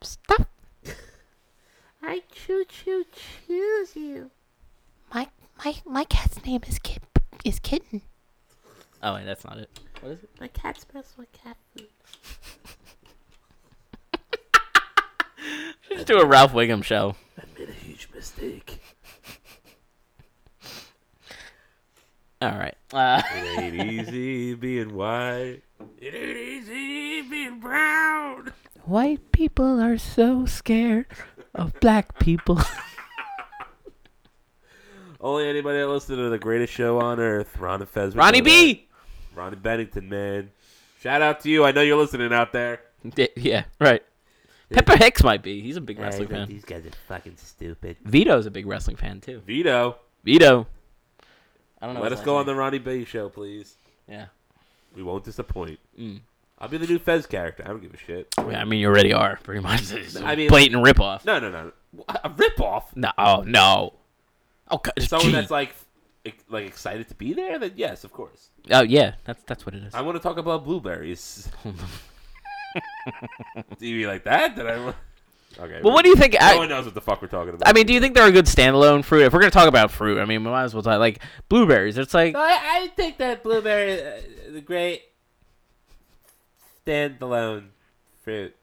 [SPEAKER 5] Stuff.
[SPEAKER 7] I choo choo choose you.
[SPEAKER 5] My my my cat's name is Kit is Kitten.
[SPEAKER 3] Oh wait, that's not it.
[SPEAKER 7] My cat smells like cat food.
[SPEAKER 3] Just do a Ralph Wiggum show.
[SPEAKER 4] Made a huge mistake.
[SPEAKER 3] All right. Uh,
[SPEAKER 4] It ain't easy being white. It ain't easy being brown.
[SPEAKER 3] White people are so scared of black people.
[SPEAKER 4] Only anybody that listened to the greatest show on earth, Ron and Fez.
[SPEAKER 3] Ronnie B.
[SPEAKER 4] Ronnie Bennington, man. Shout out to you. I know you're listening out there.
[SPEAKER 3] D- Yeah, right. Pepper Hicks might be. He's a big wrestling fan.
[SPEAKER 4] These guys are fucking stupid.
[SPEAKER 3] Vito's a big wrestling fan too.
[SPEAKER 4] Vito,
[SPEAKER 3] Vito. I don't know.
[SPEAKER 4] let
[SPEAKER 3] his
[SPEAKER 4] us go
[SPEAKER 3] last
[SPEAKER 4] on the Ronnie B show, please.
[SPEAKER 3] name.
[SPEAKER 4] We won't disappoint.
[SPEAKER 3] Mm.
[SPEAKER 4] I'll be the new Fez character. I don't give a shit.
[SPEAKER 3] Yeah. yeah. I mean, you already are pretty much. It's a
[SPEAKER 4] I mean,
[SPEAKER 3] blatant ripoff.
[SPEAKER 4] No, no, no. What? A ripoff.
[SPEAKER 3] No, oh, no. Oh, God.
[SPEAKER 4] Someone
[SPEAKER 3] gee.
[SPEAKER 4] that's like, ex- like excited to be there. Then yes, of course.
[SPEAKER 3] oh yeah, that's that's what it is.
[SPEAKER 4] I want to talk about blueberries. do you mean like that? Did I? wa- Okay.
[SPEAKER 3] Well, what do you think?
[SPEAKER 4] No
[SPEAKER 3] I-
[SPEAKER 4] one knows what the fuck we're talking about.
[SPEAKER 3] I mean, do you think they're a good standalone fruit? If we're gonna talk about fruit, I mean, we might as well talk like blueberries. It's like
[SPEAKER 4] I, I think that blueberry, uh, the great standalone fruit.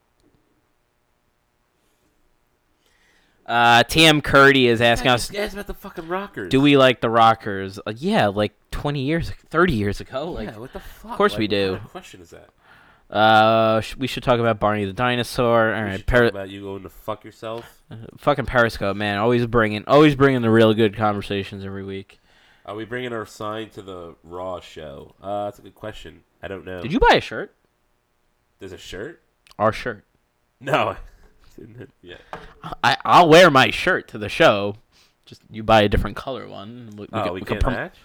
[SPEAKER 3] uh, TM Curdy is asking us,
[SPEAKER 4] Yeah, it's about the fucking rockers.
[SPEAKER 3] do we like the Rockers? Uh, yeah, like twenty years, thirty years ago. Like,
[SPEAKER 4] Yeah, what the fuck?
[SPEAKER 3] course
[SPEAKER 4] Like,
[SPEAKER 3] we
[SPEAKER 4] what kind
[SPEAKER 3] do.
[SPEAKER 4] of question is that?
[SPEAKER 3] uh, sh- we should talk about Barney the dinosaur. All
[SPEAKER 4] We
[SPEAKER 3] right,
[SPEAKER 4] should
[SPEAKER 3] per-
[SPEAKER 4] talk about you going to fuck yourself.
[SPEAKER 3] fucking Periscope, man, always bringing, always bringing the real good conversations every week.
[SPEAKER 4] Are we bringing our sign to the Raw show? Uh, that's a good question. I don't know.
[SPEAKER 3] Did you buy a shirt?
[SPEAKER 4] There's a shirt?
[SPEAKER 3] Our shirt.
[SPEAKER 4] No. yeah.
[SPEAKER 3] I I'll wear my shirt to the show. Just you buy a different color one. We, we
[SPEAKER 4] Oh,
[SPEAKER 3] can- we
[SPEAKER 4] we,
[SPEAKER 3] can
[SPEAKER 4] can't
[SPEAKER 3] prom-
[SPEAKER 4] match.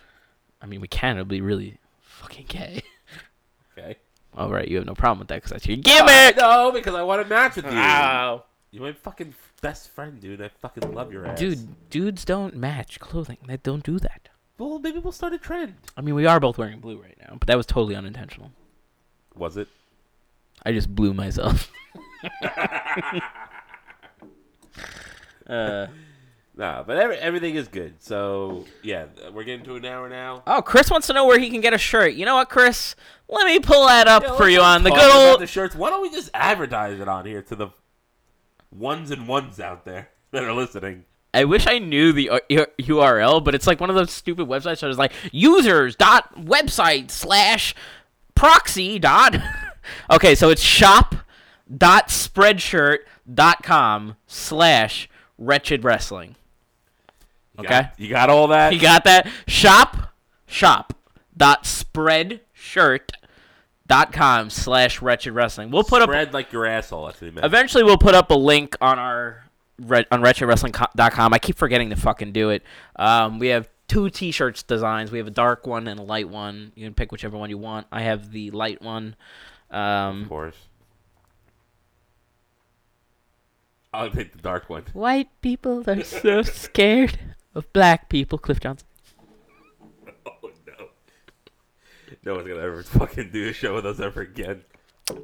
[SPEAKER 3] I mean, we can. It'll be really fucking gay.
[SPEAKER 4] Okay.
[SPEAKER 3] All right, you have no problem with that because that's your gimmick.
[SPEAKER 4] No, because I want to match with you.
[SPEAKER 3] Wow,
[SPEAKER 4] You're my fucking best friend, dude. I fucking love your ass,
[SPEAKER 3] dude, dudes don't match clothing. They don't do that.
[SPEAKER 4] Well, maybe we'll start a trend.
[SPEAKER 3] I mean, we are both wearing blue right now, but that was totally unintentional.
[SPEAKER 4] Was it?
[SPEAKER 3] I just blew myself. uh,
[SPEAKER 4] Nah, but every, everything is good. So yeah, th- we're getting to an hour now.
[SPEAKER 3] Oh, Chris wants to know where he can get a shirt. You know what, Chris? Let me pull that up
[SPEAKER 4] Yeah,
[SPEAKER 3] for
[SPEAKER 4] let's
[SPEAKER 3] you
[SPEAKER 4] not
[SPEAKER 3] on the
[SPEAKER 4] talk
[SPEAKER 3] good
[SPEAKER 4] about
[SPEAKER 3] old.
[SPEAKER 4] the shirts. Why don't we just advertise it on here to the ones and ones out there that are listening?
[SPEAKER 3] I wish I knew the U- U- URL, but it's like one of those stupid websites that is like users dot website slash proxy dot. okay, so it's shop dot spreadshirt dot com slash wretched wrestling.
[SPEAKER 4] You
[SPEAKER 3] Okay.
[SPEAKER 4] got, you got all that.
[SPEAKER 3] You got that? Shop shop dot spreadshirt dot com slash wretched wrestling. We'll put up
[SPEAKER 4] Spread like your asshole. That's what he meant.
[SPEAKER 3] Eventually, we'll put up a link on our re- on wretchedwrestling.com. I keep forgetting to fucking do it. Um, we have two t-shirts designs. We have a dark one and a light one. You can pick whichever one you want. I have the light one.
[SPEAKER 4] Of
[SPEAKER 3] Um,
[SPEAKER 4] course. I'll take the dark one.
[SPEAKER 3] White people are so scared of black people. Cliff Johnson.
[SPEAKER 4] Oh no. No one's gonna ever fucking do a show with us ever again.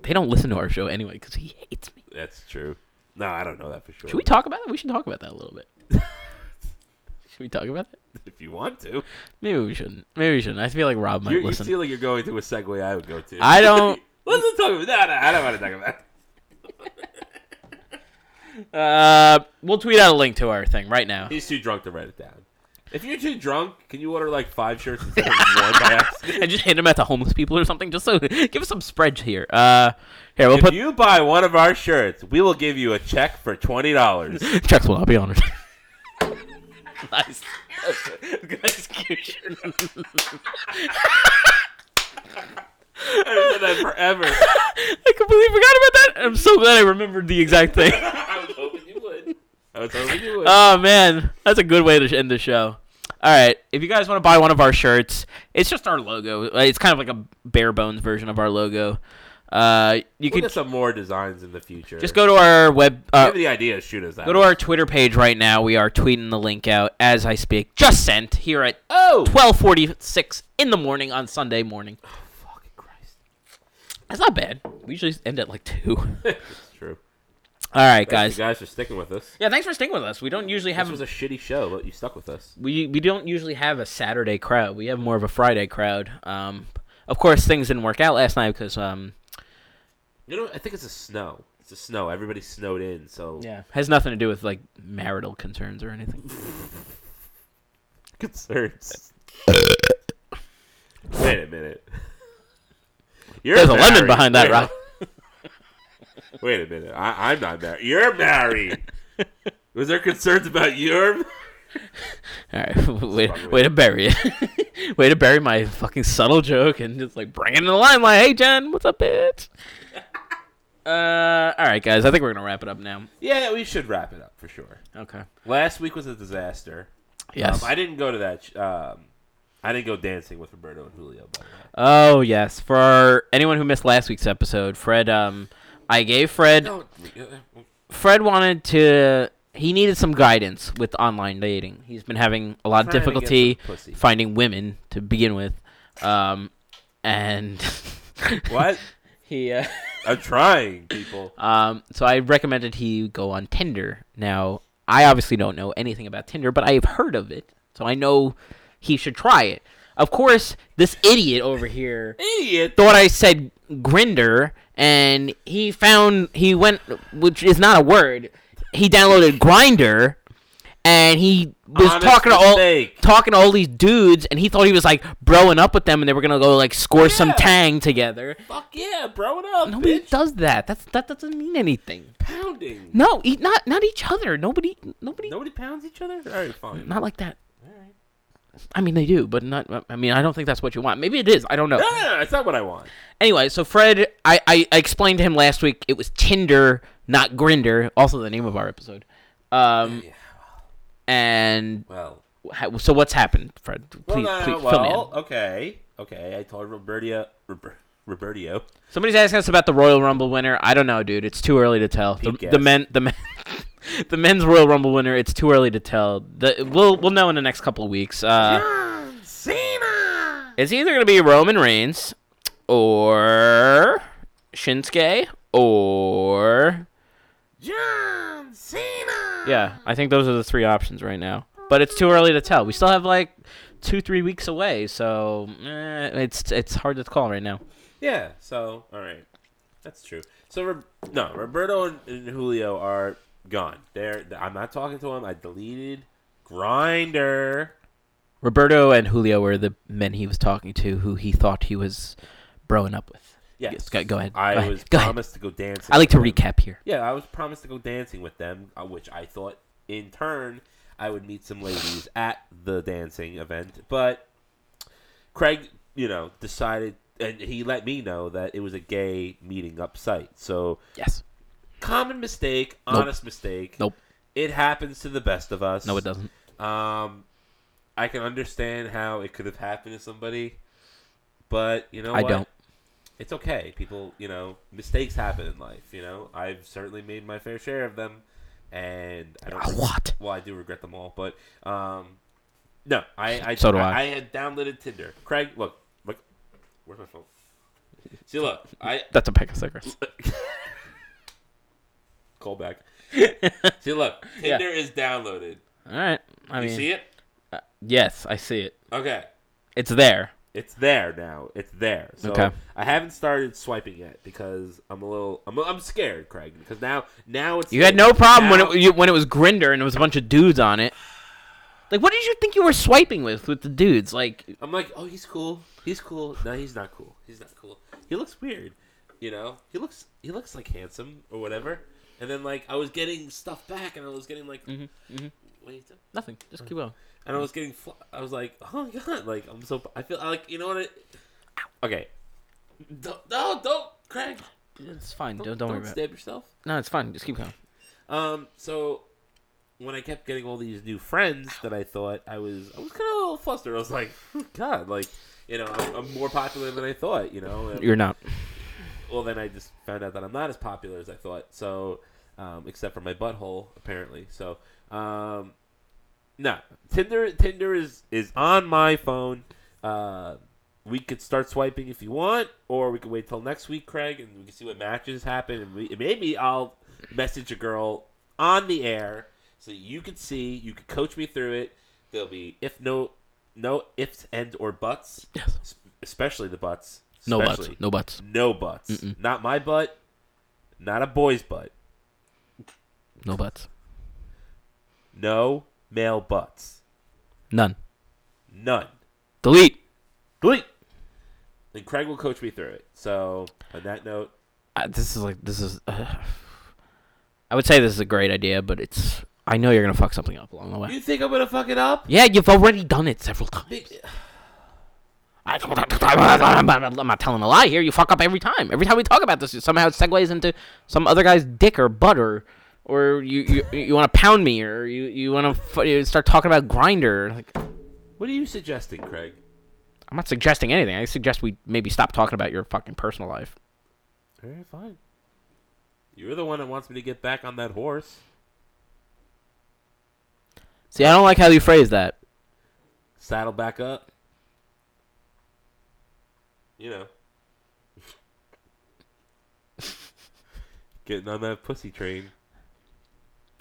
[SPEAKER 3] They don't listen to our show anyway because he hates me.
[SPEAKER 4] That's true. No, I don't know that for sure.
[SPEAKER 3] Should we talk about that? We should talk about that a little bit. should we talk about it?
[SPEAKER 4] If you want to,
[SPEAKER 3] Maybe we shouldn't. Maybe we shouldn't. I feel like Rob might
[SPEAKER 4] you you
[SPEAKER 3] listen.
[SPEAKER 4] feel like you're going to a segue I would go to.
[SPEAKER 3] I don't.
[SPEAKER 4] Let's not talk about that. I don't want to talk about. it.
[SPEAKER 3] Uh, we'll tweet out a link to our thing right now.
[SPEAKER 4] He's too drunk to write it down. If you're too drunk, can you order like five shirts instead of one by accident?
[SPEAKER 3] and just hit them at the homeless people or something. Just so give us some spread here. Uh, here we'll
[SPEAKER 4] If
[SPEAKER 3] put
[SPEAKER 4] you buy one of our shirts, we will give you a check for twenty dollars.
[SPEAKER 3] checks. Will I'll be honored. nice. Good execution.
[SPEAKER 4] I've done that forever.
[SPEAKER 3] I completely forgot about that. I'm so glad I remembered the exact thing.
[SPEAKER 4] I was hoping you would. I was hoping you would.
[SPEAKER 3] Oh man, that's a good way to sh- end the show. All right, if you guys want to buy one of our shirts, it's just our logo. Uh, It's kind of like a bare bones version of our logo. Uh, you
[SPEAKER 4] We'll
[SPEAKER 3] could
[SPEAKER 4] get some more designs in the future.
[SPEAKER 3] just go to our web.
[SPEAKER 4] If you
[SPEAKER 3] Uh,
[SPEAKER 4] have the idea, shoot us out.
[SPEAKER 3] Go to our Twitter page right now. We are tweeting the link out as I speak. Just sent here at
[SPEAKER 4] Oh!
[SPEAKER 3] 12:46 in the morning on Sunday morning.
[SPEAKER 4] Fucking Christ.
[SPEAKER 3] That's not bad. We usually end at like 2. All
[SPEAKER 4] It's true.
[SPEAKER 3] right,
[SPEAKER 4] Guys.
[SPEAKER 3] guys.
[SPEAKER 4] You guys are sticking with us.
[SPEAKER 3] Yeah, thanks for sticking with us. We don't usually
[SPEAKER 4] This
[SPEAKER 3] have
[SPEAKER 4] was a shitty show, but you stuck with us.
[SPEAKER 3] we we don't usually have a Saturday crowd. We have more of a Friday crowd. Um of course things didn't work out last night because um
[SPEAKER 4] You know, I think it's a snow. It's a snow. Everybody snowed in, so
[SPEAKER 3] yeah, has nothing to do with like marital concerns or anything.
[SPEAKER 4] concerns. Wait a minute. You're
[SPEAKER 3] There's a lemon
[SPEAKER 4] married.
[SPEAKER 3] behind that
[SPEAKER 4] Wait-
[SPEAKER 3] rock.
[SPEAKER 4] Wait a minute. I, I'm not married. You're married. was there concerns about your?
[SPEAKER 3] All right, way, way to bury it. way to bury my fucking subtle joke and just like bring it in the limelight. Hey, Jen, what's up, bitch? Uh, all right, guys, I think we're gonna wrap it up now.
[SPEAKER 4] Yeah, we should wrap it up for sure.
[SPEAKER 3] Okay.
[SPEAKER 4] Last week was a disaster.
[SPEAKER 3] Yes.
[SPEAKER 4] Um, I didn't go to that. sh- Um, I didn't go dancing with Roberto and Julio. By the way.
[SPEAKER 3] oh yes. For anyone who missed last week's episode, Fred, um, I gave Fred.
[SPEAKER 4] uh,
[SPEAKER 3] Fred wanted to. He needed some guidance with online dating. He's been having a lot of
[SPEAKER 4] Trying to get
[SPEAKER 3] difficulty
[SPEAKER 4] some pussy.
[SPEAKER 3] finding women to begin with, um, and
[SPEAKER 4] What?
[SPEAKER 3] he. Uh,
[SPEAKER 4] I'm trying, people.
[SPEAKER 3] Um, so I recommended he go on Tinder. Now, I obviously don't know anything about Tinder, but I have heard of it, so I know he should try it. Of course, this idiot over here
[SPEAKER 4] Idiot.
[SPEAKER 3] thought I said Grinder, and he found he went, which is not a word. He downloaded Grinder, and he was
[SPEAKER 4] Honest
[SPEAKER 3] talking to all
[SPEAKER 4] mistake.
[SPEAKER 3] talking to all these dudes, and he thought he was like broing up with them, and they were gonna go like score some
[SPEAKER 4] Yeah.
[SPEAKER 3] tang together.
[SPEAKER 4] Fuck yeah, bro. What up,
[SPEAKER 3] Nobody
[SPEAKER 4] bitch?
[SPEAKER 3] does that. That's that doesn't mean anything.
[SPEAKER 4] Pounding.
[SPEAKER 3] No, eat not not each other. Nobody, nobody,
[SPEAKER 4] Nobody pounds each other. All right, fine.
[SPEAKER 3] not like that. I mean, they do, but not. I mean, I don't think that's what you want. Maybe it is. I don't know.
[SPEAKER 4] No, no, no, Ah, it's not what I want.
[SPEAKER 3] Anyway, so Fred, I, I, I explained to him last week it was Tinder, not Grinder. Also, the name of our episode. Um, and
[SPEAKER 4] Well,
[SPEAKER 3] ha- so what's happened, Fred? Please,
[SPEAKER 4] well,
[SPEAKER 3] please
[SPEAKER 4] no,
[SPEAKER 3] fill me in.
[SPEAKER 4] well okay, okay. I told Robertia, Robert, Robertio.
[SPEAKER 3] Somebody's asking us about the Royal Rumble winner. I don't know, dude. It's too early to tell. The,
[SPEAKER 4] Pete
[SPEAKER 3] the
[SPEAKER 4] guess.
[SPEAKER 3] men, the men, the men's Royal Rumble winner. It's too early to tell. The, we'll we'll know in the next couple of weeks. Uh, It's either gonna be Roman Reigns or Shinsuke or John Cena. Yeah, I think those are the three options right now. But it's too early to tell. We still have like two, three weeks away, so eh, it's it's hard to call right now.
[SPEAKER 4] Yeah. So, all right, that's true. So, Ro- no, Roberto and, and Julio are gone. They're. I'm not talking to them. I deleted Grinder.
[SPEAKER 3] Roberto and Julio were the men he was talking to, who he thought he was broing up with.
[SPEAKER 4] Yes.
[SPEAKER 3] Go, go ahead.
[SPEAKER 4] I
[SPEAKER 3] go ahead,
[SPEAKER 4] was
[SPEAKER 3] go ahead.
[SPEAKER 4] promised to go dancing.
[SPEAKER 3] I like to
[SPEAKER 4] with them.
[SPEAKER 3] recap here.
[SPEAKER 4] Yeah, I was promised to go dancing with them, uh, which I thought in turn I would meet some ladies at the dancing event. But Craig, you know, decided, and he let me know that it was a gay meeting up site. So
[SPEAKER 3] Yes.
[SPEAKER 4] common mistake,
[SPEAKER 3] Nope.
[SPEAKER 4] honest mistake.
[SPEAKER 3] Nope.
[SPEAKER 4] It happens to the best of us.
[SPEAKER 3] No, it doesn't.
[SPEAKER 4] Um, I can understand how it could have happened to somebody, but you know,
[SPEAKER 3] I
[SPEAKER 4] what?
[SPEAKER 3] don't.
[SPEAKER 4] It's okay. People, you know, mistakes happen in life. You know, I've certainly made my fair share of them, and I don't.
[SPEAKER 3] A lot.
[SPEAKER 4] Well, I do regret them all, but um, no, I I
[SPEAKER 3] So do I.
[SPEAKER 4] I had downloaded Tinder. Craig, look, look, where's my phone? See, look, I
[SPEAKER 3] That's a pack of cigarettes.
[SPEAKER 4] call back. See, look, Tinder is downloaded.
[SPEAKER 3] All right. I
[SPEAKER 4] You
[SPEAKER 3] mean,
[SPEAKER 4] see it?
[SPEAKER 3] yes, I see it.
[SPEAKER 4] Okay.
[SPEAKER 3] It's there.
[SPEAKER 4] It's there now. It's there. So
[SPEAKER 3] Okay.
[SPEAKER 4] I haven't started swiping yet because I'm a little I'm, I'm scared, Craig, because now now it's
[SPEAKER 3] You had no problem when
[SPEAKER 4] now-
[SPEAKER 3] it you, when it was Grinder and it was a bunch of dudes on it. Like, what did you think you were swiping with with the dudes? Like,
[SPEAKER 4] I'm like, "Oh, he's cool. He's cool." No, he's not cool. He's not cool. He looks weird, you know? He looks he looks like handsome or whatever. And then like I was getting stuff back and I was getting like
[SPEAKER 3] Mm-hmm,
[SPEAKER 4] what are you doing?
[SPEAKER 3] nothing. Just keep going.
[SPEAKER 4] and I was getting, fl- I was like, oh my god, like I'm so, I feel like you know what? I, okay, don't, no, don't, Craig,
[SPEAKER 3] It's fine. Don't,
[SPEAKER 4] don't,
[SPEAKER 3] don't, worry about it.
[SPEAKER 4] stab yourself.
[SPEAKER 3] No, it's fine. Just keep going.
[SPEAKER 4] Um, so when I kept getting all these new friends that I thought I was, I was kind of a little flustered. I was like, God, like you know, I'm, I'm more popular than I thought. You know, and-
[SPEAKER 3] You're not.
[SPEAKER 4] well, then I just found out that I'm not as popular as I thought. So, um, except for my butthole, apparently. So, um, no, Tinder, Tinder is is on my phone. Uh, we could start swiping if you want, or we could wait till next week, Craig, and we can see what matches happen. And we, and maybe I'll message a girl on the air so you could see, you could coach me through it. There'll be if no, no ifs, and or buts.
[SPEAKER 3] Yes.
[SPEAKER 4] Es- Especially the buts.
[SPEAKER 3] No butts.
[SPEAKER 4] Especially.
[SPEAKER 3] No butts.
[SPEAKER 4] No butts. Not my butt. Not a boy's butt.
[SPEAKER 3] No butts.
[SPEAKER 4] No male butts.
[SPEAKER 3] None.
[SPEAKER 4] None.
[SPEAKER 3] Delete.
[SPEAKER 4] Delete. And Craig will coach me through it. So on that note,
[SPEAKER 3] Uh, this is like this is. Uh, I would say this is a great idea, but it's. I know you're gonna fuck something up along the way.
[SPEAKER 4] you think I'm gonna fuck it up?
[SPEAKER 3] Yeah, you've already done it several times. I don't- I'm not telling a lie here. You fuck up every time. Every time we talk about this, it somehow it segues into some other guy's dick or butt or, or you you, you want to pound me or you you want to start talking about grinder. Like,
[SPEAKER 4] What are you suggesting, Craig?
[SPEAKER 3] I'm not suggesting anything. I suggest we maybe stop talking about your fucking personal life.
[SPEAKER 4] All right, fine. You're the one that wants me to get back on that horse.
[SPEAKER 3] See, I don't like how you phrase that.
[SPEAKER 4] Saddle back up. You know. Getting on that pussy train.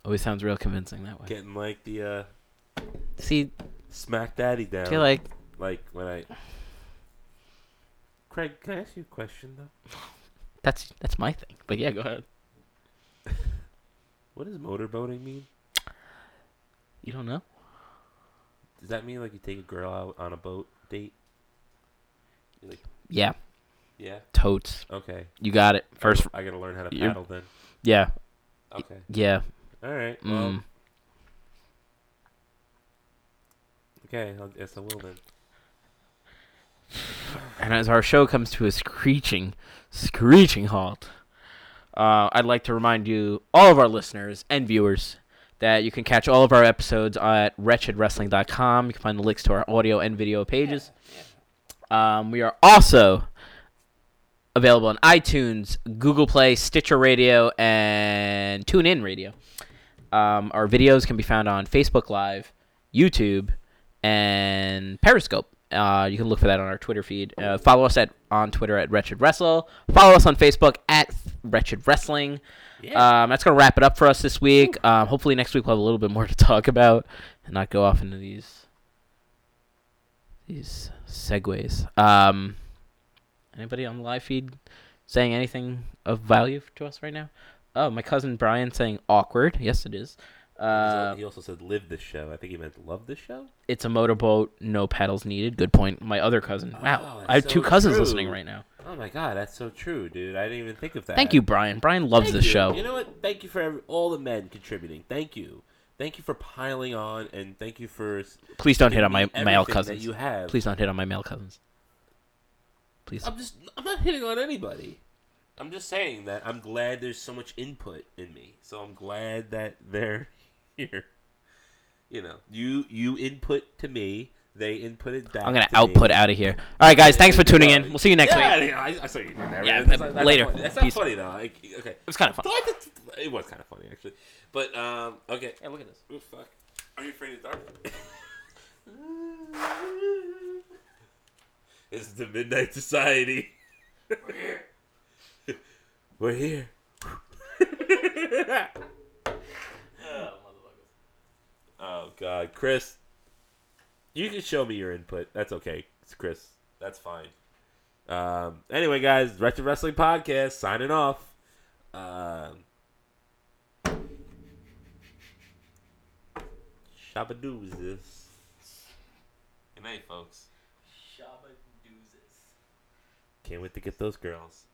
[SPEAKER 3] Always sounds real convincing that way.
[SPEAKER 4] Getting like the uh
[SPEAKER 3] See,
[SPEAKER 4] smack daddy down.
[SPEAKER 3] feel like
[SPEAKER 4] like when I. Craig, can I ask you a question though?
[SPEAKER 3] that's that's my thing. But yeah, go ahead.
[SPEAKER 4] What does motorboating mean?
[SPEAKER 3] You don't know?
[SPEAKER 4] Does that mean like you take a girl out on a boat date? You're like,
[SPEAKER 3] Yeah,
[SPEAKER 4] yeah,
[SPEAKER 3] totes.
[SPEAKER 4] okay.
[SPEAKER 3] You got it. First,
[SPEAKER 4] I gotta learn how to
[SPEAKER 3] You're-
[SPEAKER 4] paddle then.
[SPEAKER 3] yeah,
[SPEAKER 4] Okay,
[SPEAKER 3] yeah.
[SPEAKER 4] all right. Well,
[SPEAKER 3] Mm.
[SPEAKER 4] okay. I guess I will then.
[SPEAKER 3] And as our show comes to a screeching, screeching halt, uh, I'd like to remind you, all of our listeners and viewers, that you can catch all of our episodes at wretchedwrestling.com. You can find the links to our audio and video pages. Um, we are also available on iTunes, Google Play, Stitcher Radio, and TuneIn Radio. Um, our videos can be found on Facebook Live, YouTube, and Periscope. Uh, you can look for that on our Twitter feed. Uh, follow us at on Twitter at Wretched Wrestle. Follow us on Facebook at Wretched Wrestling. Um, that's gonna wrap it up for us this week. Um, hopefully next week we'll have a little bit more to talk about and not go off into these these segues. Um, anybody on the live feed saying anything of value to us right now? Oh, my cousin Brian saying awkward. Yes, it is. Uh,
[SPEAKER 4] he also said live this show. I think he meant love this show.
[SPEAKER 3] it's a motorboat, no paddles needed. Good point. My other cousin. Wow,
[SPEAKER 4] that's
[SPEAKER 3] I have
[SPEAKER 4] Oh, so
[SPEAKER 3] two cousins
[SPEAKER 4] true.
[SPEAKER 3] listening right now.
[SPEAKER 4] Oh my god, that's so true, dude. I didn't even think of that.
[SPEAKER 3] Thank you, Brian. Brian loves
[SPEAKER 4] Thank
[SPEAKER 3] this
[SPEAKER 4] you.
[SPEAKER 3] show.
[SPEAKER 4] You know what? Thank you for every, all the men contributing. Thank you. Thank you for piling on, and thank you for. s-
[SPEAKER 3] Please don't hit on my
[SPEAKER 4] giving me
[SPEAKER 3] male
[SPEAKER 4] everything
[SPEAKER 3] cousins.
[SPEAKER 4] That you have.
[SPEAKER 3] Please don't hit on my male cousins. Please.
[SPEAKER 4] I'm just. I'm not hitting on anybody. I'm just saying that I'm glad there's so much input in me. So I'm glad that they're here. You know, you you input to me. They inputted back.
[SPEAKER 3] I'm gonna
[SPEAKER 4] to
[SPEAKER 3] output
[SPEAKER 4] me.
[SPEAKER 3] out of here. All right, guys. Thanks for tuning in. We'll see you next
[SPEAKER 4] yeah,
[SPEAKER 3] week.
[SPEAKER 4] Yeah, I, I saw you doing that.
[SPEAKER 3] Yeah,
[SPEAKER 4] That's not- that's not
[SPEAKER 3] later.
[SPEAKER 4] funny. That's not
[SPEAKER 3] Peace.
[SPEAKER 4] funny though. Like, okay, it
[SPEAKER 3] was kinda fun.
[SPEAKER 4] It was kind of funny actually, but um, okay. Hey, look at this. Ooh, fuck. Are you afraid of the dark? it's the Midnight Society. We're here. We're here. oh God, Chris. You can show me your input. That's okay, Chris. That's fine. Um, anyway, guys, Retro Wrestling Podcast signing off. Um, Shabadoozes. Good night, folks. Shabadoozes. Can't wait to get those girls.